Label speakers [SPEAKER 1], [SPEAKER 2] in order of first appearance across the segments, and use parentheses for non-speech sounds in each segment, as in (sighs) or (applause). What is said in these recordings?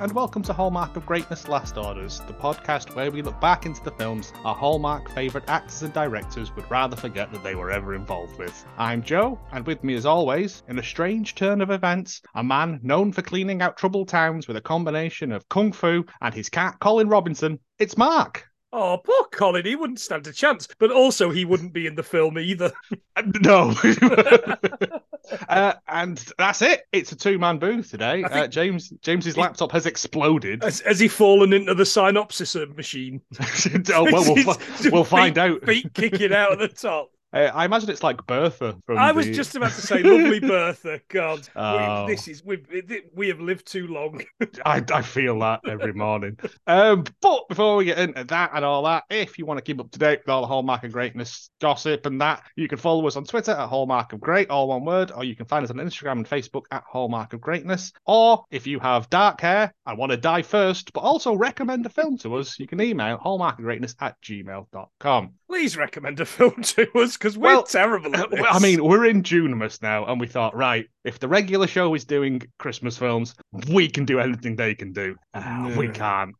[SPEAKER 1] and welcome to Hallmark of Greatness Last Orders, the podcast where we look back into the films our Hallmark favourite actors and directors would rather forget that they were ever involved with. I'm Joe, and with me as always, in a strange turn of events, a man known for cleaning out troubled towns with a combination of kung fu and his cat Colin Robinson, it's Mark.
[SPEAKER 2] Oh, poor Colin, he wouldn't stand a chance, but also he wouldn't be in the film either.
[SPEAKER 1] Uh, No. (laughs) uh, and that's it. It's a two-man booth today.
[SPEAKER 2] I think-
[SPEAKER 1] Uh, James James's laptop has
[SPEAKER 2] (laughs)
[SPEAKER 1] exploded.
[SPEAKER 2] Has, has he fallen into the synopsis uh, machine?
[SPEAKER 1] oh, well, we'll, fi-
[SPEAKER 2] It's just
[SPEAKER 1] we'll find
[SPEAKER 2] feet-
[SPEAKER 1] out.
[SPEAKER 2] Feet kicking out at
[SPEAKER 1] (laughs)
[SPEAKER 2] the top.
[SPEAKER 1] Uh, I imagine it's like Bertha. From
[SPEAKER 2] I was
[SPEAKER 1] the-
[SPEAKER 2] just about to say, lovely Bertha. God, we-
[SPEAKER 1] Oh.
[SPEAKER 2] this is we we have lived too long.
[SPEAKER 1] (laughs) I, I feel that every morning. um, but before we get into that and all that, if you want to keep up to date with all the Hallmark and Greatness gossip and that, you can follow us on Twitter at Hallmark of Great, all one word, or you can find us on Instagram and Facebook at Hallmark of Greatness. Or if you have dark hair and want to die first, but also recommend a film to us, you can email hallmarkofgreatness at gmail.com.
[SPEAKER 2] Please recommend a film to us because we're
[SPEAKER 1] Well,
[SPEAKER 2] (laughs)
[SPEAKER 1] uh,
[SPEAKER 2] terrible at this.
[SPEAKER 1] Well, I mean, we're in Junimus now, and we thought, right, if the regular show is doing Christmas films, we can do anything they can do. Ah, We
[SPEAKER 2] Yeah.
[SPEAKER 1] can't.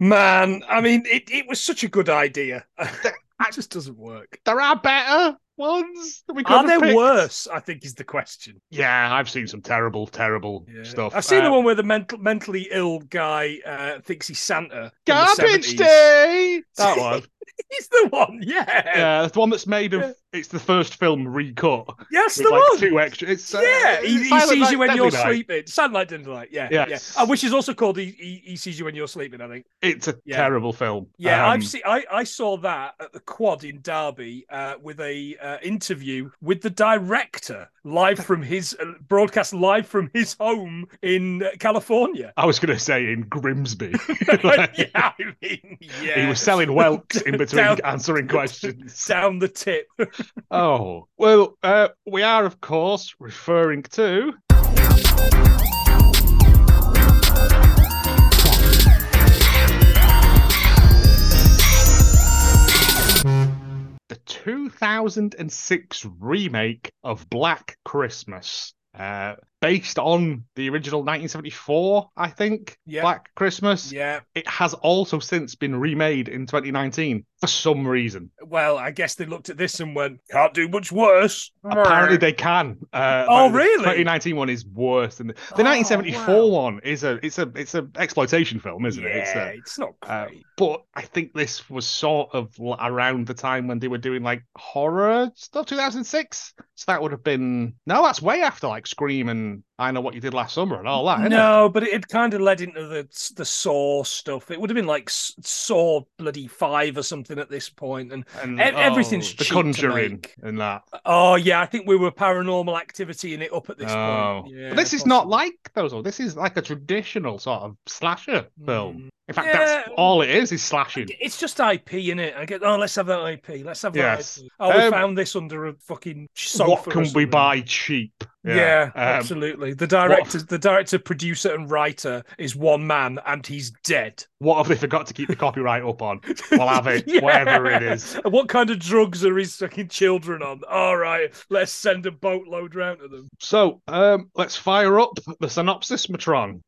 [SPEAKER 2] man, I mean, it, it was such a good idea. (laughs) it just doesn't work.
[SPEAKER 1] There are better ones that we could
[SPEAKER 2] Are there
[SPEAKER 1] picked.
[SPEAKER 2] worse? I think is the question.
[SPEAKER 1] Yeah, I've seen some terrible, terrible
[SPEAKER 2] Yeah.
[SPEAKER 1] stuff.
[SPEAKER 2] I've seen
[SPEAKER 1] Uh,
[SPEAKER 2] the one where the mental, mentally ill guy uh, thinks he's Santa. from the
[SPEAKER 1] Garbage
[SPEAKER 2] 70s.
[SPEAKER 1] Day. That one.
[SPEAKER 2] (laughs) He's the one. Yeah.
[SPEAKER 1] yeah, that's the one that's made of.
[SPEAKER 2] Yeah.
[SPEAKER 1] It's the first film recut
[SPEAKER 2] Yes,
[SPEAKER 1] with
[SPEAKER 2] the
[SPEAKER 1] like
[SPEAKER 2] one.
[SPEAKER 1] two extra. It's uh,
[SPEAKER 2] yeah. He, he
[SPEAKER 1] Silent
[SPEAKER 2] sees
[SPEAKER 1] Night,
[SPEAKER 2] you when
[SPEAKER 1] Deadly
[SPEAKER 2] you're
[SPEAKER 1] Night.
[SPEAKER 2] sleeping. Sunlight didn't like. Yeah.
[SPEAKER 1] Yes.
[SPEAKER 2] Yeah. Uh, which is also called he, he, he sees you when you're sleeping. I think.
[SPEAKER 1] It's a
[SPEAKER 2] Yeah.
[SPEAKER 1] terrible film.
[SPEAKER 2] Yeah,
[SPEAKER 1] Um,
[SPEAKER 2] I've seen. I, I saw that at the Quad in Derby uh, with a uh, interview with the director live from his uh, broadcast live from his home in uh, California. (laughs)
[SPEAKER 1] I was going to say in Grimsby. (laughs)
[SPEAKER 2] yeah, I mean, yeah.
[SPEAKER 1] He was selling
[SPEAKER 2] (laughs)
[SPEAKER 1] whelks in between
[SPEAKER 2] Down-
[SPEAKER 1] answering questions.
[SPEAKER 2] down the tip.
[SPEAKER 1] oh, well, uh, we are, of course, referring to. The 2006 remake of Black Christmas, uh, based on the original 1974, I think,
[SPEAKER 2] Yeah.
[SPEAKER 1] Black Christmas.
[SPEAKER 2] Yeah.
[SPEAKER 1] It has also since been remade in 2019 for some reason.
[SPEAKER 2] Well, I guess they looked at this and went, can't do much worse.
[SPEAKER 1] Apparently, they can. Uh,
[SPEAKER 2] Oh,
[SPEAKER 1] apparently the
[SPEAKER 2] really?
[SPEAKER 1] 2019 one is worse than the, the
[SPEAKER 2] Oh,
[SPEAKER 1] 1974
[SPEAKER 2] wow.
[SPEAKER 1] one. Is a it's a it's a exploitation film, isn't
[SPEAKER 2] yeah,
[SPEAKER 1] it? It's a,
[SPEAKER 2] it's not
[SPEAKER 1] uh,
[SPEAKER 2] great.
[SPEAKER 1] but I think this was sort of l- around the time when they were doing like horror stuff, 2006. So that would have been no, that's way after like Scream and I Know What You Did Last Summer and all that. isn't it?
[SPEAKER 2] no, but it had kind of led into the the Saw stuff. It would have been like S- Saw bloody five or something at this point, and
[SPEAKER 1] and oh,
[SPEAKER 2] e- everything's
[SPEAKER 1] The
[SPEAKER 2] cheap to
[SPEAKER 1] Conjuring
[SPEAKER 2] make.
[SPEAKER 1] and that.
[SPEAKER 2] oh yeah, I think we were paranormal activity in it up at this
[SPEAKER 1] Oh.
[SPEAKER 2] point. Yeah,
[SPEAKER 1] but this is not
[SPEAKER 2] possibly.
[SPEAKER 1] like those. old- This is like a traditional sort of slasher film.
[SPEAKER 2] Mm.
[SPEAKER 1] In fact, that's
[SPEAKER 2] Yeah.
[SPEAKER 1] all it is is slashing.
[SPEAKER 2] It's just IP in it. I get oh, let's have that IP. Let's have that
[SPEAKER 1] Yes.
[SPEAKER 2] IP. Oh, we
[SPEAKER 1] Um,
[SPEAKER 2] found this under a fucking sofa.
[SPEAKER 1] what
[SPEAKER 2] or
[SPEAKER 1] can we
[SPEAKER 2] something.
[SPEAKER 1] buy cheap?
[SPEAKER 2] Yeah,
[SPEAKER 1] Um,
[SPEAKER 2] absolutely. The director, the director, producer, and writer is one man, and he's dead.
[SPEAKER 1] what have they forgot to keep the copyright up on? We'll
[SPEAKER 2] (laughs)
[SPEAKER 1] have it, whatever it is.
[SPEAKER 2] And What kind of drugs are his fucking children on? All right, let's send a boatload round to them.
[SPEAKER 1] So um, let's fire up the synopsis, Matron.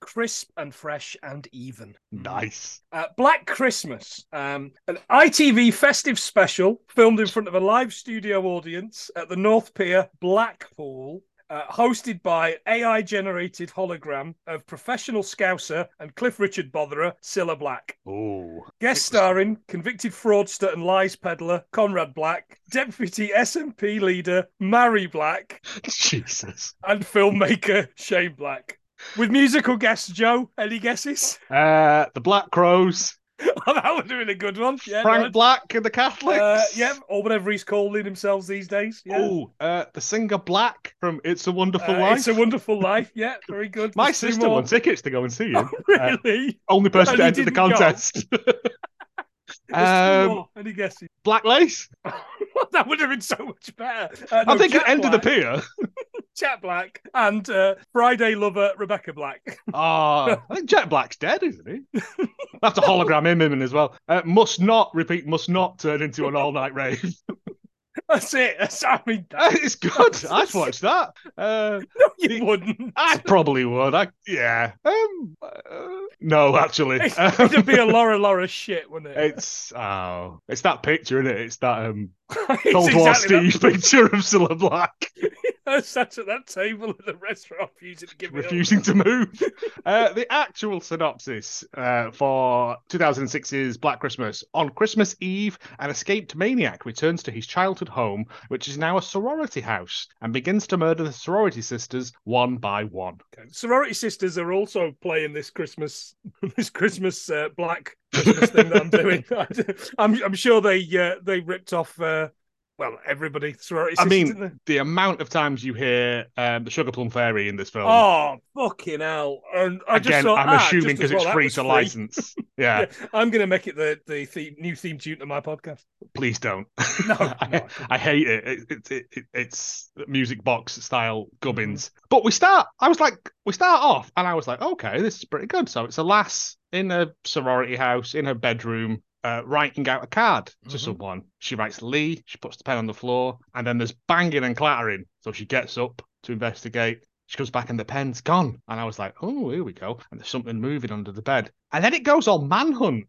[SPEAKER 2] Crisp and fresh and even.
[SPEAKER 1] Nice.
[SPEAKER 2] Uh, Black Christmas, um, an ITV festive special filmed in front of a live studio audience at the North Pier, Blackpool, uh, hosted by AI generated hologram of professional scouser and Cliff Richard botherer, Cilla Black.
[SPEAKER 1] Oh,
[SPEAKER 2] Guest
[SPEAKER 1] It was-
[SPEAKER 2] starring convicted fraudster and lies peddler Conrad Black, deputy SNP leader Mary Black,
[SPEAKER 1] (laughs) Jesus.
[SPEAKER 2] and filmmaker Shane Black. With musical guests, Joe, any guesses? (laughs)
[SPEAKER 1] Uh, the Black Crows,
[SPEAKER 2] Oh, that would have been a good one. Yeah,
[SPEAKER 1] Frank
[SPEAKER 2] no.
[SPEAKER 1] Black, and the Catholics.
[SPEAKER 2] Uh, yeah, or whatever he's calling themselves these days. Yeah.
[SPEAKER 1] Oh, uh, the singer Black from It's a
[SPEAKER 2] Uh,
[SPEAKER 1] Wonderful Life.
[SPEAKER 2] It's a Wonderful Life. Yeah, very good.
[SPEAKER 1] My
[SPEAKER 2] There's two (laughs)
[SPEAKER 1] sister
[SPEAKER 2] more.
[SPEAKER 1] won tickets to go and see him.
[SPEAKER 2] Really?
[SPEAKER 1] Only person
[SPEAKER 2] And
[SPEAKER 1] to enter
[SPEAKER 2] you
[SPEAKER 1] the
[SPEAKER 2] didn't go.
[SPEAKER 1] contest.
[SPEAKER 2] (laughs) There's
[SPEAKER 1] (laughs)
[SPEAKER 2] two
[SPEAKER 1] Um,
[SPEAKER 2] more. Any guesses? (laughs)
[SPEAKER 1] Black Lace.
[SPEAKER 2] that would have been so much better. Uh,
[SPEAKER 1] I
[SPEAKER 2] no,
[SPEAKER 1] think it
[SPEAKER 2] Jack
[SPEAKER 1] ended the
[SPEAKER 2] Black- (laughs)
[SPEAKER 1] pier.
[SPEAKER 2] Chat Black and uh, Friday lover Rebecca Black. (laughs)
[SPEAKER 1] Ah, I think Jet Black's dead, isn't he? I have to hologram him in as well. Uh, must not repeat. Must not turn into an all-night rave. (laughs) Uh,
[SPEAKER 2] That's it. That's, I mean, that-
[SPEAKER 1] it's good. I'd watch that. Uh,
[SPEAKER 2] no, you wouldn't.
[SPEAKER 1] (laughs) I probably would. I yeah. Um, uh, no, actually, Um,
[SPEAKER 2] It'd be a Laura Laura shit, wouldn't it?
[SPEAKER 1] (laughs) it's oh, it's that picture, isn't it? It's that um
[SPEAKER 2] (laughs) It's
[SPEAKER 1] Cold War
[SPEAKER 2] exactly
[SPEAKER 1] Steve picture of Cilla Black
[SPEAKER 2] that- I sat at that table at the restaurant refusing to
[SPEAKER 1] (laughs)
[SPEAKER 2] give me.
[SPEAKER 1] refusing to move. Uh, the actual synopsis uh, for 2006's Black Christmas: On Christmas Eve, an escaped maniac returns to his childhood home, which is now a sorority house, and begins to murder the sorority sisters one by one.
[SPEAKER 2] Sorority sisters are also playing this Christmas, (laughs) this Christmas uh, black Christmas thing that
[SPEAKER 1] (laughs)
[SPEAKER 2] I'm doing. (laughs) I'm, I'm sure they uh, they ripped off. Uh, well, everybody sorority
[SPEAKER 1] I
[SPEAKER 2] sisters.
[SPEAKER 1] mean,
[SPEAKER 2] didn't they?
[SPEAKER 1] the amount of times you hear um, the Sugar Plum Fairy in this film.
[SPEAKER 2] Oh fucking hell! And I
[SPEAKER 1] Again,
[SPEAKER 2] just thought,
[SPEAKER 1] I'm
[SPEAKER 2] ah,
[SPEAKER 1] assuming
[SPEAKER 2] just
[SPEAKER 1] because
[SPEAKER 2] as well,
[SPEAKER 1] it's
[SPEAKER 2] that
[SPEAKER 1] free
[SPEAKER 2] was
[SPEAKER 1] to (laughs) license.
[SPEAKER 2] (laughs)
[SPEAKER 1] Yeah,
[SPEAKER 2] Yeah, I'm going to make it the the theme, new theme tune to
[SPEAKER 1] (laughs)
[SPEAKER 2] my podcast.
[SPEAKER 1] please don't.
[SPEAKER 2] (laughs) No,
[SPEAKER 1] (laughs) I,
[SPEAKER 2] no, I couldn't.
[SPEAKER 1] I hate it. It, it, it, it- It's music box style gubbins.
[SPEAKER 2] Mm-hmm.
[SPEAKER 1] But we start. I was like, we start off, and I was like, okay, this is pretty good. So it's a lass in a sorority house in her bedroom. Uh, writing out a card to
[SPEAKER 2] Mhm.
[SPEAKER 1] someone. She writes Lee, she puts the pen on the floor, and then there's banging and clattering. So she gets up to investigate. She comes back and the pen's gone. And I was like, oh, here we go. And there's something moving under the bed. And then it goes on manhunt.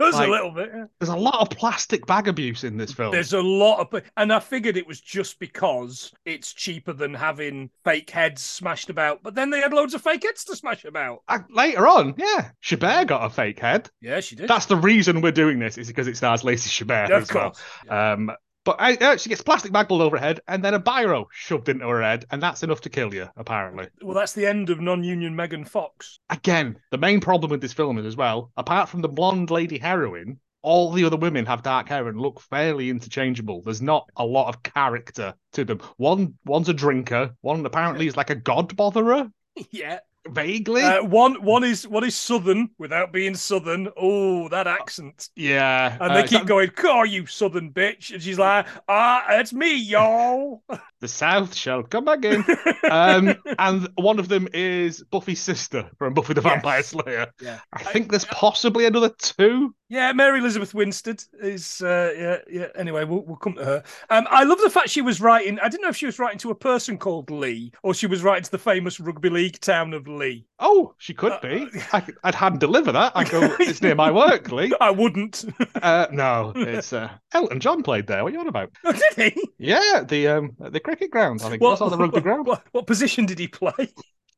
[SPEAKER 2] There's
[SPEAKER 1] Like, Oh.
[SPEAKER 2] a little bit. yeah.
[SPEAKER 1] There's a lot of plastic bag abuse in this film.
[SPEAKER 2] There's a lot of, and I figured it was just because it's cheaper than having fake heads smashed about. But then they had loads of fake heads to smash about.
[SPEAKER 1] Uh, later on, yeah, Chabert got a fake head.
[SPEAKER 2] Yeah, she did.
[SPEAKER 1] That's the reason we're doing this, is because it stars Lacey Chabert. (laughs)
[SPEAKER 2] Yeah, of
[SPEAKER 1] as well.
[SPEAKER 2] course.
[SPEAKER 1] Um, but I, uh, she gets plastic bag pulled over her head and then a biro shoved into her head, and that's enough to kill you, apparently.
[SPEAKER 2] Well, that's the end of non-union
[SPEAKER 1] (laughs)
[SPEAKER 2] Megan Fox.
[SPEAKER 1] Again, the main problem with this film is as well, apart from the blonde lady heroine, all the other women have dark hair and look fairly interchangeable. There's not a lot of character to them. One one's a drinker, one apparently is like a god botherer,
[SPEAKER 2] yeah.
[SPEAKER 1] vaguely.
[SPEAKER 2] Uh, one one is one is southern without being southern. Oh, that accent.
[SPEAKER 1] yeah.
[SPEAKER 2] And
[SPEAKER 1] uh,
[SPEAKER 2] they
[SPEAKER 1] is
[SPEAKER 2] keep
[SPEAKER 1] that-
[SPEAKER 2] going, "Call you southern bitch," and she's like, "Ah, it's me, y'all." (laughs)
[SPEAKER 1] The South shall come again. um, and one of them is Buffy's sister from Buffy the
[SPEAKER 2] Yes.
[SPEAKER 1] Vampire Slayer.
[SPEAKER 2] Yeah.
[SPEAKER 1] I think there's possibly another two.
[SPEAKER 2] Yeah, Mary Elizabeth Winstead is. Uh, yeah, yeah. Anyway, we'll, we'll come to her. Um, I love the fact she was writing. I didn't know if she was writing to a person called Lee or she was writing to the famous rugby league town of Lee.
[SPEAKER 1] Oh, she could
[SPEAKER 2] Uh,
[SPEAKER 1] be. I, could- I'd hand deliver that. I
[SPEAKER 2] (laughs)
[SPEAKER 1] go, it's near my work, Lee.
[SPEAKER 2] I wouldn't. (laughs)
[SPEAKER 1] Uh, no, it's uh, Elton John played there. What are you on about?
[SPEAKER 2] Oh, Did he?
[SPEAKER 1] Yeah, the um, the cricket ground. I think that's on the
[SPEAKER 2] (laughs)
[SPEAKER 1] rugby ground.
[SPEAKER 2] What, what position did he play?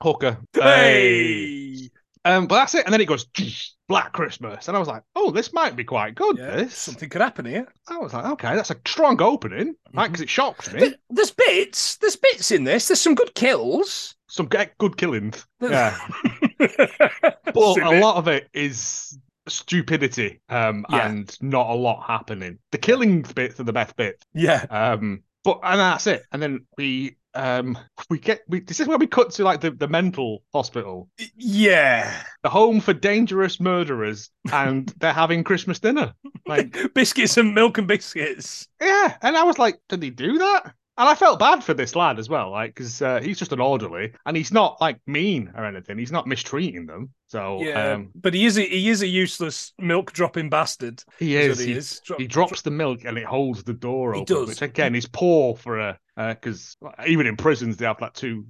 [SPEAKER 1] Hooker. Uh,
[SPEAKER 2] Hey,
[SPEAKER 1] Um, but that's it. And then it goes (sniffs) Black Christmas, and I was like, oh, this might be quite good.
[SPEAKER 2] Yeah,
[SPEAKER 1] this.
[SPEAKER 2] something could happen here.
[SPEAKER 1] I was like, okay, that's a strong opening, right?
[SPEAKER 2] Mm-hmm.
[SPEAKER 1] Because it shocked me.
[SPEAKER 2] (laughs) Th- There's bits. There's bits in this. There's some good kills.
[SPEAKER 1] Some g- good killings.
[SPEAKER 2] There's-
[SPEAKER 1] Yeah.
[SPEAKER 2] (laughs)
[SPEAKER 1] but a lot of it is stupidity um
[SPEAKER 2] Yeah.
[SPEAKER 1] and not a lot happening the killing bits are the best bit
[SPEAKER 2] Yeah.
[SPEAKER 1] um but and that's it and then we um we get we this is where we cut to like the, the mental hospital
[SPEAKER 2] Yeah.
[SPEAKER 1] the home for dangerous
[SPEAKER 2] (laughs)
[SPEAKER 1] murderers and they're having christmas dinner like
[SPEAKER 2] biscuits and milk and biscuits.
[SPEAKER 1] yeah and i was like did they do that and i felt bad for this lad as well like because uh, he's just an orderly and he's not like mean or anything he's not mistreating them so
[SPEAKER 2] Yeah,
[SPEAKER 1] um
[SPEAKER 2] but he is a, he is a useless milk dropping bastard.
[SPEAKER 1] he
[SPEAKER 2] is
[SPEAKER 1] is
[SPEAKER 2] what he
[SPEAKER 1] he-
[SPEAKER 2] is. Dro-
[SPEAKER 1] He drops the milk and it holds the door
[SPEAKER 2] He
[SPEAKER 1] open,
[SPEAKER 2] does.
[SPEAKER 1] which again is poor for a because even in prisons they have like two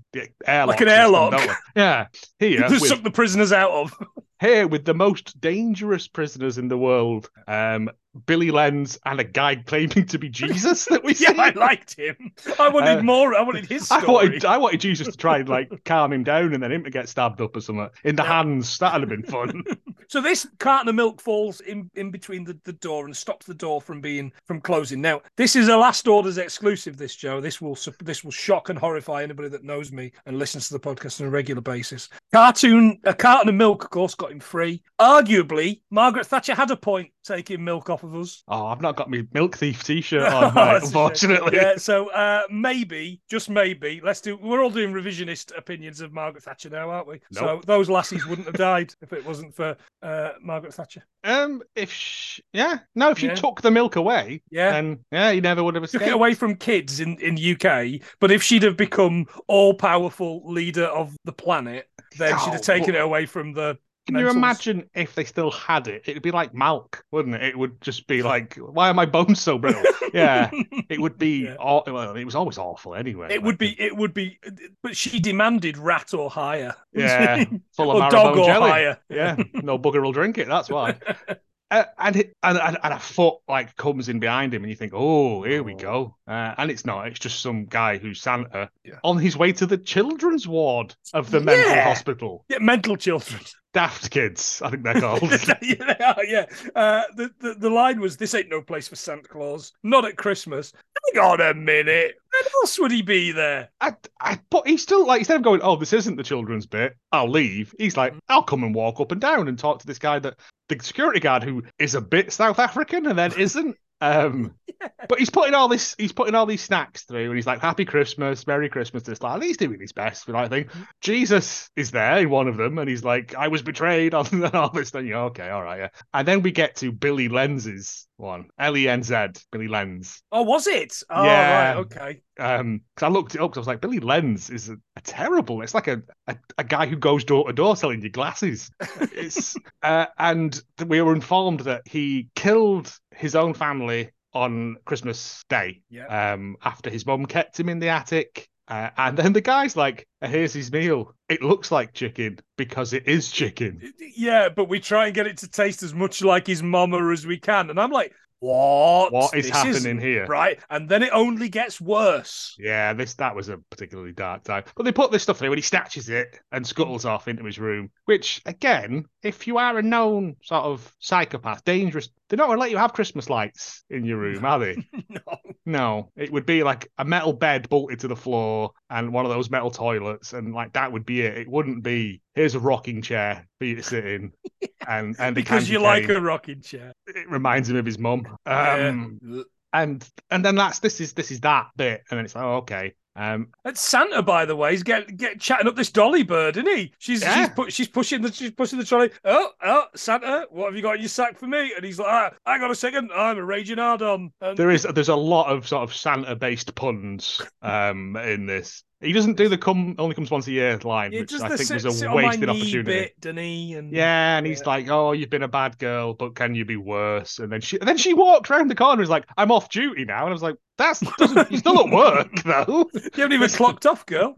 [SPEAKER 1] airlocks,
[SPEAKER 2] Like an
[SPEAKER 1] and stuff,
[SPEAKER 2] airlock.
[SPEAKER 1] don't they? Yeah,
[SPEAKER 2] (laughs)
[SPEAKER 1] here
[SPEAKER 2] to
[SPEAKER 1] with,
[SPEAKER 2] suck the prisoners out of. (laughs)
[SPEAKER 1] here with the most dangerous prisoners in the world, um, Billy Lenz and a guy claiming
[SPEAKER 2] (laughs)
[SPEAKER 1] to be Jesus that we
[SPEAKER 2] yeah,
[SPEAKER 1] see. (laughs)
[SPEAKER 2] I liked him. I wanted
[SPEAKER 1] Uh,
[SPEAKER 2] more. I wanted his story.
[SPEAKER 1] I wanted, I wanted Jesus to try and like (laughs) calm him down and then him to get stabbed up or something in the
[SPEAKER 2] No.
[SPEAKER 1] hands. That'd have been
[SPEAKER 2] (laughs)
[SPEAKER 1] fun.
[SPEAKER 2] So this carton of milk falls in, in between the, the door and stops the door from being from closing. Now this is a last orders exclusive. This Joe, this will su- this will shock and horrify anybody that knows me and listens to the podcast on a regular basis. Cartoon a carton of milk, of course, got him free. Arguably, Margaret Thatcher had a point taking milk off of
[SPEAKER 1] (laughs)
[SPEAKER 2] us.
[SPEAKER 1] oh, I've not got my milk
[SPEAKER 2] (laughs)
[SPEAKER 1] thief t-shirt
[SPEAKER 2] Oh,
[SPEAKER 1] on, mate,
[SPEAKER 2] that's a shame.
[SPEAKER 1] unfortunately.
[SPEAKER 2] Yeah, so uh, maybe, just maybe, let's do. We're all doing revisionist opinions of Margaret Thatcher now, aren't we? So
[SPEAKER 1] Nope.
[SPEAKER 2] those lassies wouldn't have died if it wasn't for uh, Margaret Thatcher.
[SPEAKER 1] Um, if sh yeah, no, if you
[SPEAKER 2] Yeah.
[SPEAKER 1] took the milk away,
[SPEAKER 2] Yeah.
[SPEAKER 1] then Um, yeah, you never
[SPEAKER 2] (laughs)
[SPEAKER 1] would have
[SPEAKER 2] Took
[SPEAKER 1] escaped.
[SPEAKER 2] it away from kids in, in UK, but if she'd have become all powerful leader of the planet, then she'd
[SPEAKER 1] Oh,
[SPEAKER 2] have taken
[SPEAKER 1] but-
[SPEAKER 2] it away from the
[SPEAKER 1] Can you
[SPEAKER 2] Mentals.
[SPEAKER 1] imagine if they still had it? It'd be like milk, wouldn't it? It would just be like, why are my bones so brittle? yeah,
[SPEAKER 2] (laughs)
[SPEAKER 1] it would be.
[SPEAKER 2] Yeah.
[SPEAKER 1] Aw- well, it was always awful anyway.
[SPEAKER 2] It
[SPEAKER 1] but
[SPEAKER 2] would be. It would be. But she demanded rat or higher. (laughs)
[SPEAKER 1] Yeah, full of
[SPEAKER 2] or Oh, dog
[SPEAKER 1] marabone
[SPEAKER 2] or
[SPEAKER 1] jelly.
[SPEAKER 2] higher.
[SPEAKER 1] Yeah, no bugger will drink it. That's
[SPEAKER 2] (laughs)
[SPEAKER 1] why. Uh, and, it, and and and a foot like comes in behind him, and you think, "Oh, here we
[SPEAKER 3] Oh.
[SPEAKER 1] go." Uh, and it's not; it's just some guy who's Santa
[SPEAKER 3] Yeah.
[SPEAKER 1] on his way to the children's ward of the mental
[SPEAKER 2] Yeah.
[SPEAKER 1] hospital.
[SPEAKER 2] (laughs) Yeah, mental children.
[SPEAKER 1] (laughs)
[SPEAKER 2] (laughs)
[SPEAKER 1] Daft kids, I think they're called.
[SPEAKER 2] yeah, they are, yeah. Uh, the, the the line was, "This ain't no place for Santa Claus. Not at Christmas." Hang on a minute. When else would he be there?
[SPEAKER 1] I, I, but he's still like instead of going, "Oh, this isn't the children's bit. I'll leave." He's like, "I'll come and walk up and down and talk to this guy that the security guard who is a bit South African and then isn't." Um, but he's putting all this, he's putting all these snacks through, and he's like, "Happy Christmas, Merry Christmas." This like, he's doing his best for that thing. Jesus is there in one of them, and he's like, "I was betrayed," (laughs) on and all this thing. Yeah, okay, all right, yeah. And then we get to Billy Lenz's one, L E N Z, Billy Lenz
[SPEAKER 2] Oh, was it? Oh,
[SPEAKER 1] Yeah.
[SPEAKER 2] right, okay.
[SPEAKER 1] um because i looked it up 'cause i was like billy lenz is a, a terrible it's like a, a a guy who goes door to door selling you glasses it's uh, and th- we were informed that he killed his own family on christmas day
[SPEAKER 2] Yeah.
[SPEAKER 1] um after his mum kept him in the attic uh, and then the guy's like here's his meal it looks like chicken because it is chicken
[SPEAKER 2] Yeah, but we try and get it to taste as much like his mama as we can, and I'm like, "What?
[SPEAKER 1] what is
[SPEAKER 2] This
[SPEAKER 1] happening here
[SPEAKER 2] Right, and then it only gets worse.
[SPEAKER 1] Yeah, this that was a particularly dark time. But they put this stuff there when he snatches it and scuttles off into his room. Which, again, if you are a known sort of psychopath, dangerous, they're not going to let you have Christmas lights in your room, are they?
[SPEAKER 2] (laughs) no.
[SPEAKER 1] No, it would be like a metal bed bolted to the floor and one of those metal toilets, and like that would be it. It wouldn't be here's a rocking chair for you to sit in,
[SPEAKER 2] (laughs)
[SPEAKER 1] and and a
[SPEAKER 2] because
[SPEAKER 1] candy
[SPEAKER 2] you like
[SPEAKER 1] cane."
[SPEAKER 2] a rocking chair.
[SPEAKER 1] It reminds him of his mum. Um,
[SPEAKER 2] Yeah.
[SPEAKER 1] And and then that's this is this is that bit, and then it's like oh, okay. Um,
[SPEAKER 2] And Santa, by the way, is get get chatting up this dolly bird, isn't he? She's
[SPEAKER 1] Yeah.
[SPEAKER 2] she's, pu- she's pushing the she's pushing the trolley. Oh, oh, Santa, what have you got in your sack for me? And he's like, ah, hang on a second, I'm a raging hard on. And
[SPEAKER 1] There is there's a lot of sort of Santa based puns um in this. He doesn't do the come only comes once a year line,
[SPEAKER 2] he
[SPEAKER 1] which
[SPEAKER 2] does
[SPEAKER 1] I
[SPEAKER 2] the
[SPEAKER 1] think
[SPEAKER 2] sit-
[SPEAKER 1] was
[SPEAKER 2] sit
[SPEAKER 1] a
[SPEAKER 2] on my
[SPEAKER 1] wasted
[SPEAKER 2] knee
[SPEAKER 1] opportunity.
[SPEAKER 2] Bit, doesn't he? And
[SPEAKER 1] Yeah, and he's
[SPEAKER 2] Yeah.
[SPEAKER 1] like, "Oh, you've been a bad girl, but can you be worse?" And then she, and then she walked round the corner. and was like, "I'm off duty now," and I was like, "That's doesn't, you're still at work though."
[SPEAKER 2] you haven't even clocked off, girl.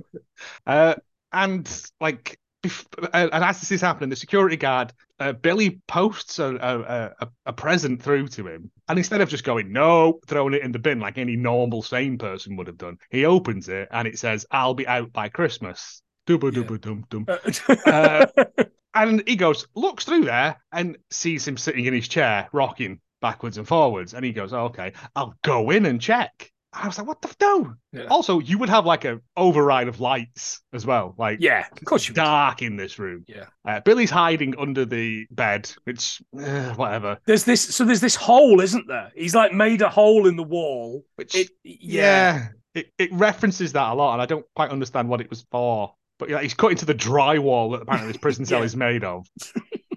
[SPEAKER 1] Uh, and like, bef- uh, and as this is happening, the security guard uh, Billy posts a, a a a present through to him, and instead of just going no, throwing it in the bin like any normal sane person would have done, he opens it and it says, "I'll be out by Christmas." Dubba
[SPEAKER 2] Yeah.
[SPEAKER 1] dubba dum dum.
[SPEAKER 2] Uh,
[SPEAKER 1] (laughs) Uh, And he goes, looks through there and sees him sitting in his chair, rocking backwards and forwards. And he goes, oh, okay, I'll go in and check. I was like, what the f- no?
[SPEAKER 2] Yeah.
[SPEAKER 1] Also, you would have like a override of lights as well. Like,
[SPEAKER 2] (laughs) yeah, of course
[SPEAKER 1] it's
[SPEAKER 2] you.
[SPEAKER 1] dark in this room.
[SPEAKER 2] Yeah.
[SPEAKER 1] Uh, Billy's hiding under the bed, which, eh, whatever.
[SPEAKER 2] There's this, so there's this hole, isn't there? He's like made a hole in the wall.
[SPEAKER 1] Which,
[SPEAKER 2] It, yeah.
[SPEAKER 1] yeah, it, it references that a lot. And I don't quite understand what it was for. But yeah, he's cut into the drywall that apparently this
[SPEAKER 2] (laughs)
[SPEAKER 1] prison cell
[SPEAKER 2] Yeah.
[SPEAKER 1] is made of,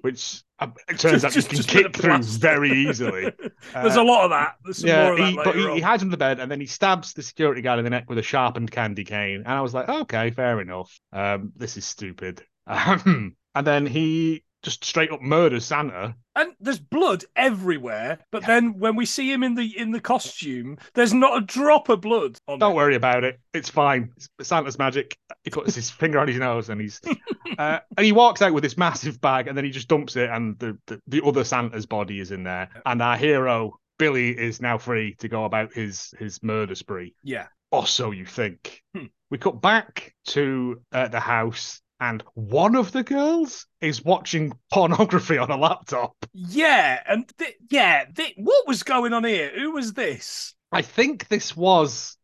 [SPEAKER 1] which uh, it turns
[SPEAKER 2] Just-
[SPEAKER 1] out
[SPEAKER 2] just-
[SPEAKER 1] you
[SPEAKER 2] just
[SPEAKER 1] can
[SPEAKER 2] bit of
[SPEAKER 1] kick through
[SPEAKER 2] plaster.
[SPEAKER 1] very
[SPEAKER 2] (laughs)
[SPEAKER 1] easily. Uh,
[SPEAKER 2] There's a lot of that. There's some more of that
[SPEAKER 1] he,
[SPEAKER 2] later
[SPEAKER 1] but he,
[SPEAKER 2] on.
[SPEAKER 1] he hides under the bed and then he stabs the security guard in the neck with a sharpened candy cane. And I was like, okay, fair enough. Um, this is stupid. (laughs) Um, and then he just straight up murders Santa.
[SPEAKER 2] and there's blood everywhere. But then when we see him in the in the costume, there's not a drop of blood. On
[SPEAKER 1] Don't
[SPEAKER 2] him.
[SPEAKER 1] worry about it. It's fine. It's Santa's magic. He puts
[SPEAKER 2] (laughs)
[SPEAKER 1] his finger on his nose and he's uh, and he walks out with this massive bag and then he just dumps it and the, the, the other Santa's body is in there. And our hero, Billy, is now free to go about his his murder spree.
[SPEAKER 2] Yeah.
[SPEAKER 1] or so you think.
[SPEAKER 2] Hmm.
[SPEAKER 1] We cut back to uh, the house, and one of the girls is watching pornography on a laptop.
[SPEAKER 2] Yeah, and th- yeah, th- what was going on here? Who was this?
[SPEAKER 1] I think this was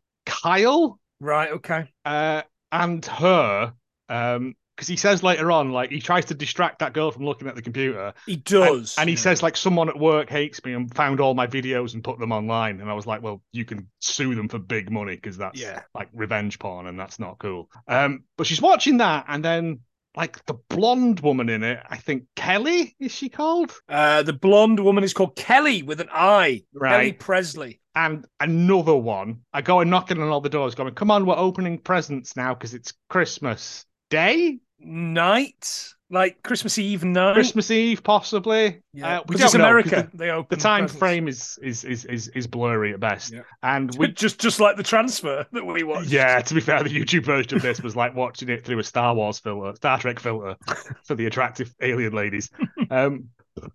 [SPEAKER 1] Kyle
[SPEAKER 2] Right. Okay.
[SPEAKER 1] uh, and her, because he says later on, like he tries to distract that girl from looking at the computer,
[SPEAKER 2] He does.
[SPEAKER 1] and he says like someone at work hates me and found all my videos and put them online, and I was like, well, you can sue them for big money because that's
[SPEAKER 2] Yeah.
[SPEAKER 1] like revenge porn and that's not cool. Um, but she's watching that, and then like the blonde woman in it. I think Kelly is she called?
[SPEAKER 2] Uh, the blonde woman is called Kelly with an I. Kelly
[SPEAKER 1] Right.
[SPEAKER 2] Presley.
[SPEAKER 1] And another one. I go and knocking on all the doors, going, "Come on, we're opening presents now because it's Christmas Day,
[SPEAKER 2] Night, like Christmas Eve night.
[SPEAKER 1] Christmas Eve, possibly."
[SPEAKER 2] Yeah,
[SPEAKER 1] Uh, we don't
[SPEAKER 2] 'Cause it's
[SPEAKER 1] know, 'cause
[SPEAKER 2] America.
[SPEAKER 1] the-
[SPEAKER 2] they open
[SPEAKER 1] The time
[SPEAKER 2] presents. (laughs)
[SPEAKER 1] frame is is is is, is blurry at best,
[SPEAKER 2] Yeah.
[SPEAKER 1] and
[SPEAKER 2] (laughs)
[SPEAKER 1] we
[SPEAKER 2] just just like the transfer that we watched.
[SPEAKER 1] Yeah, to be fair, the YouTube version of this was like watching it through a Star Wars filter, Star Trek filter for the attractive alien
[SPEAKER 2] (laughs)
[SPEAKER 1] ladies. Um,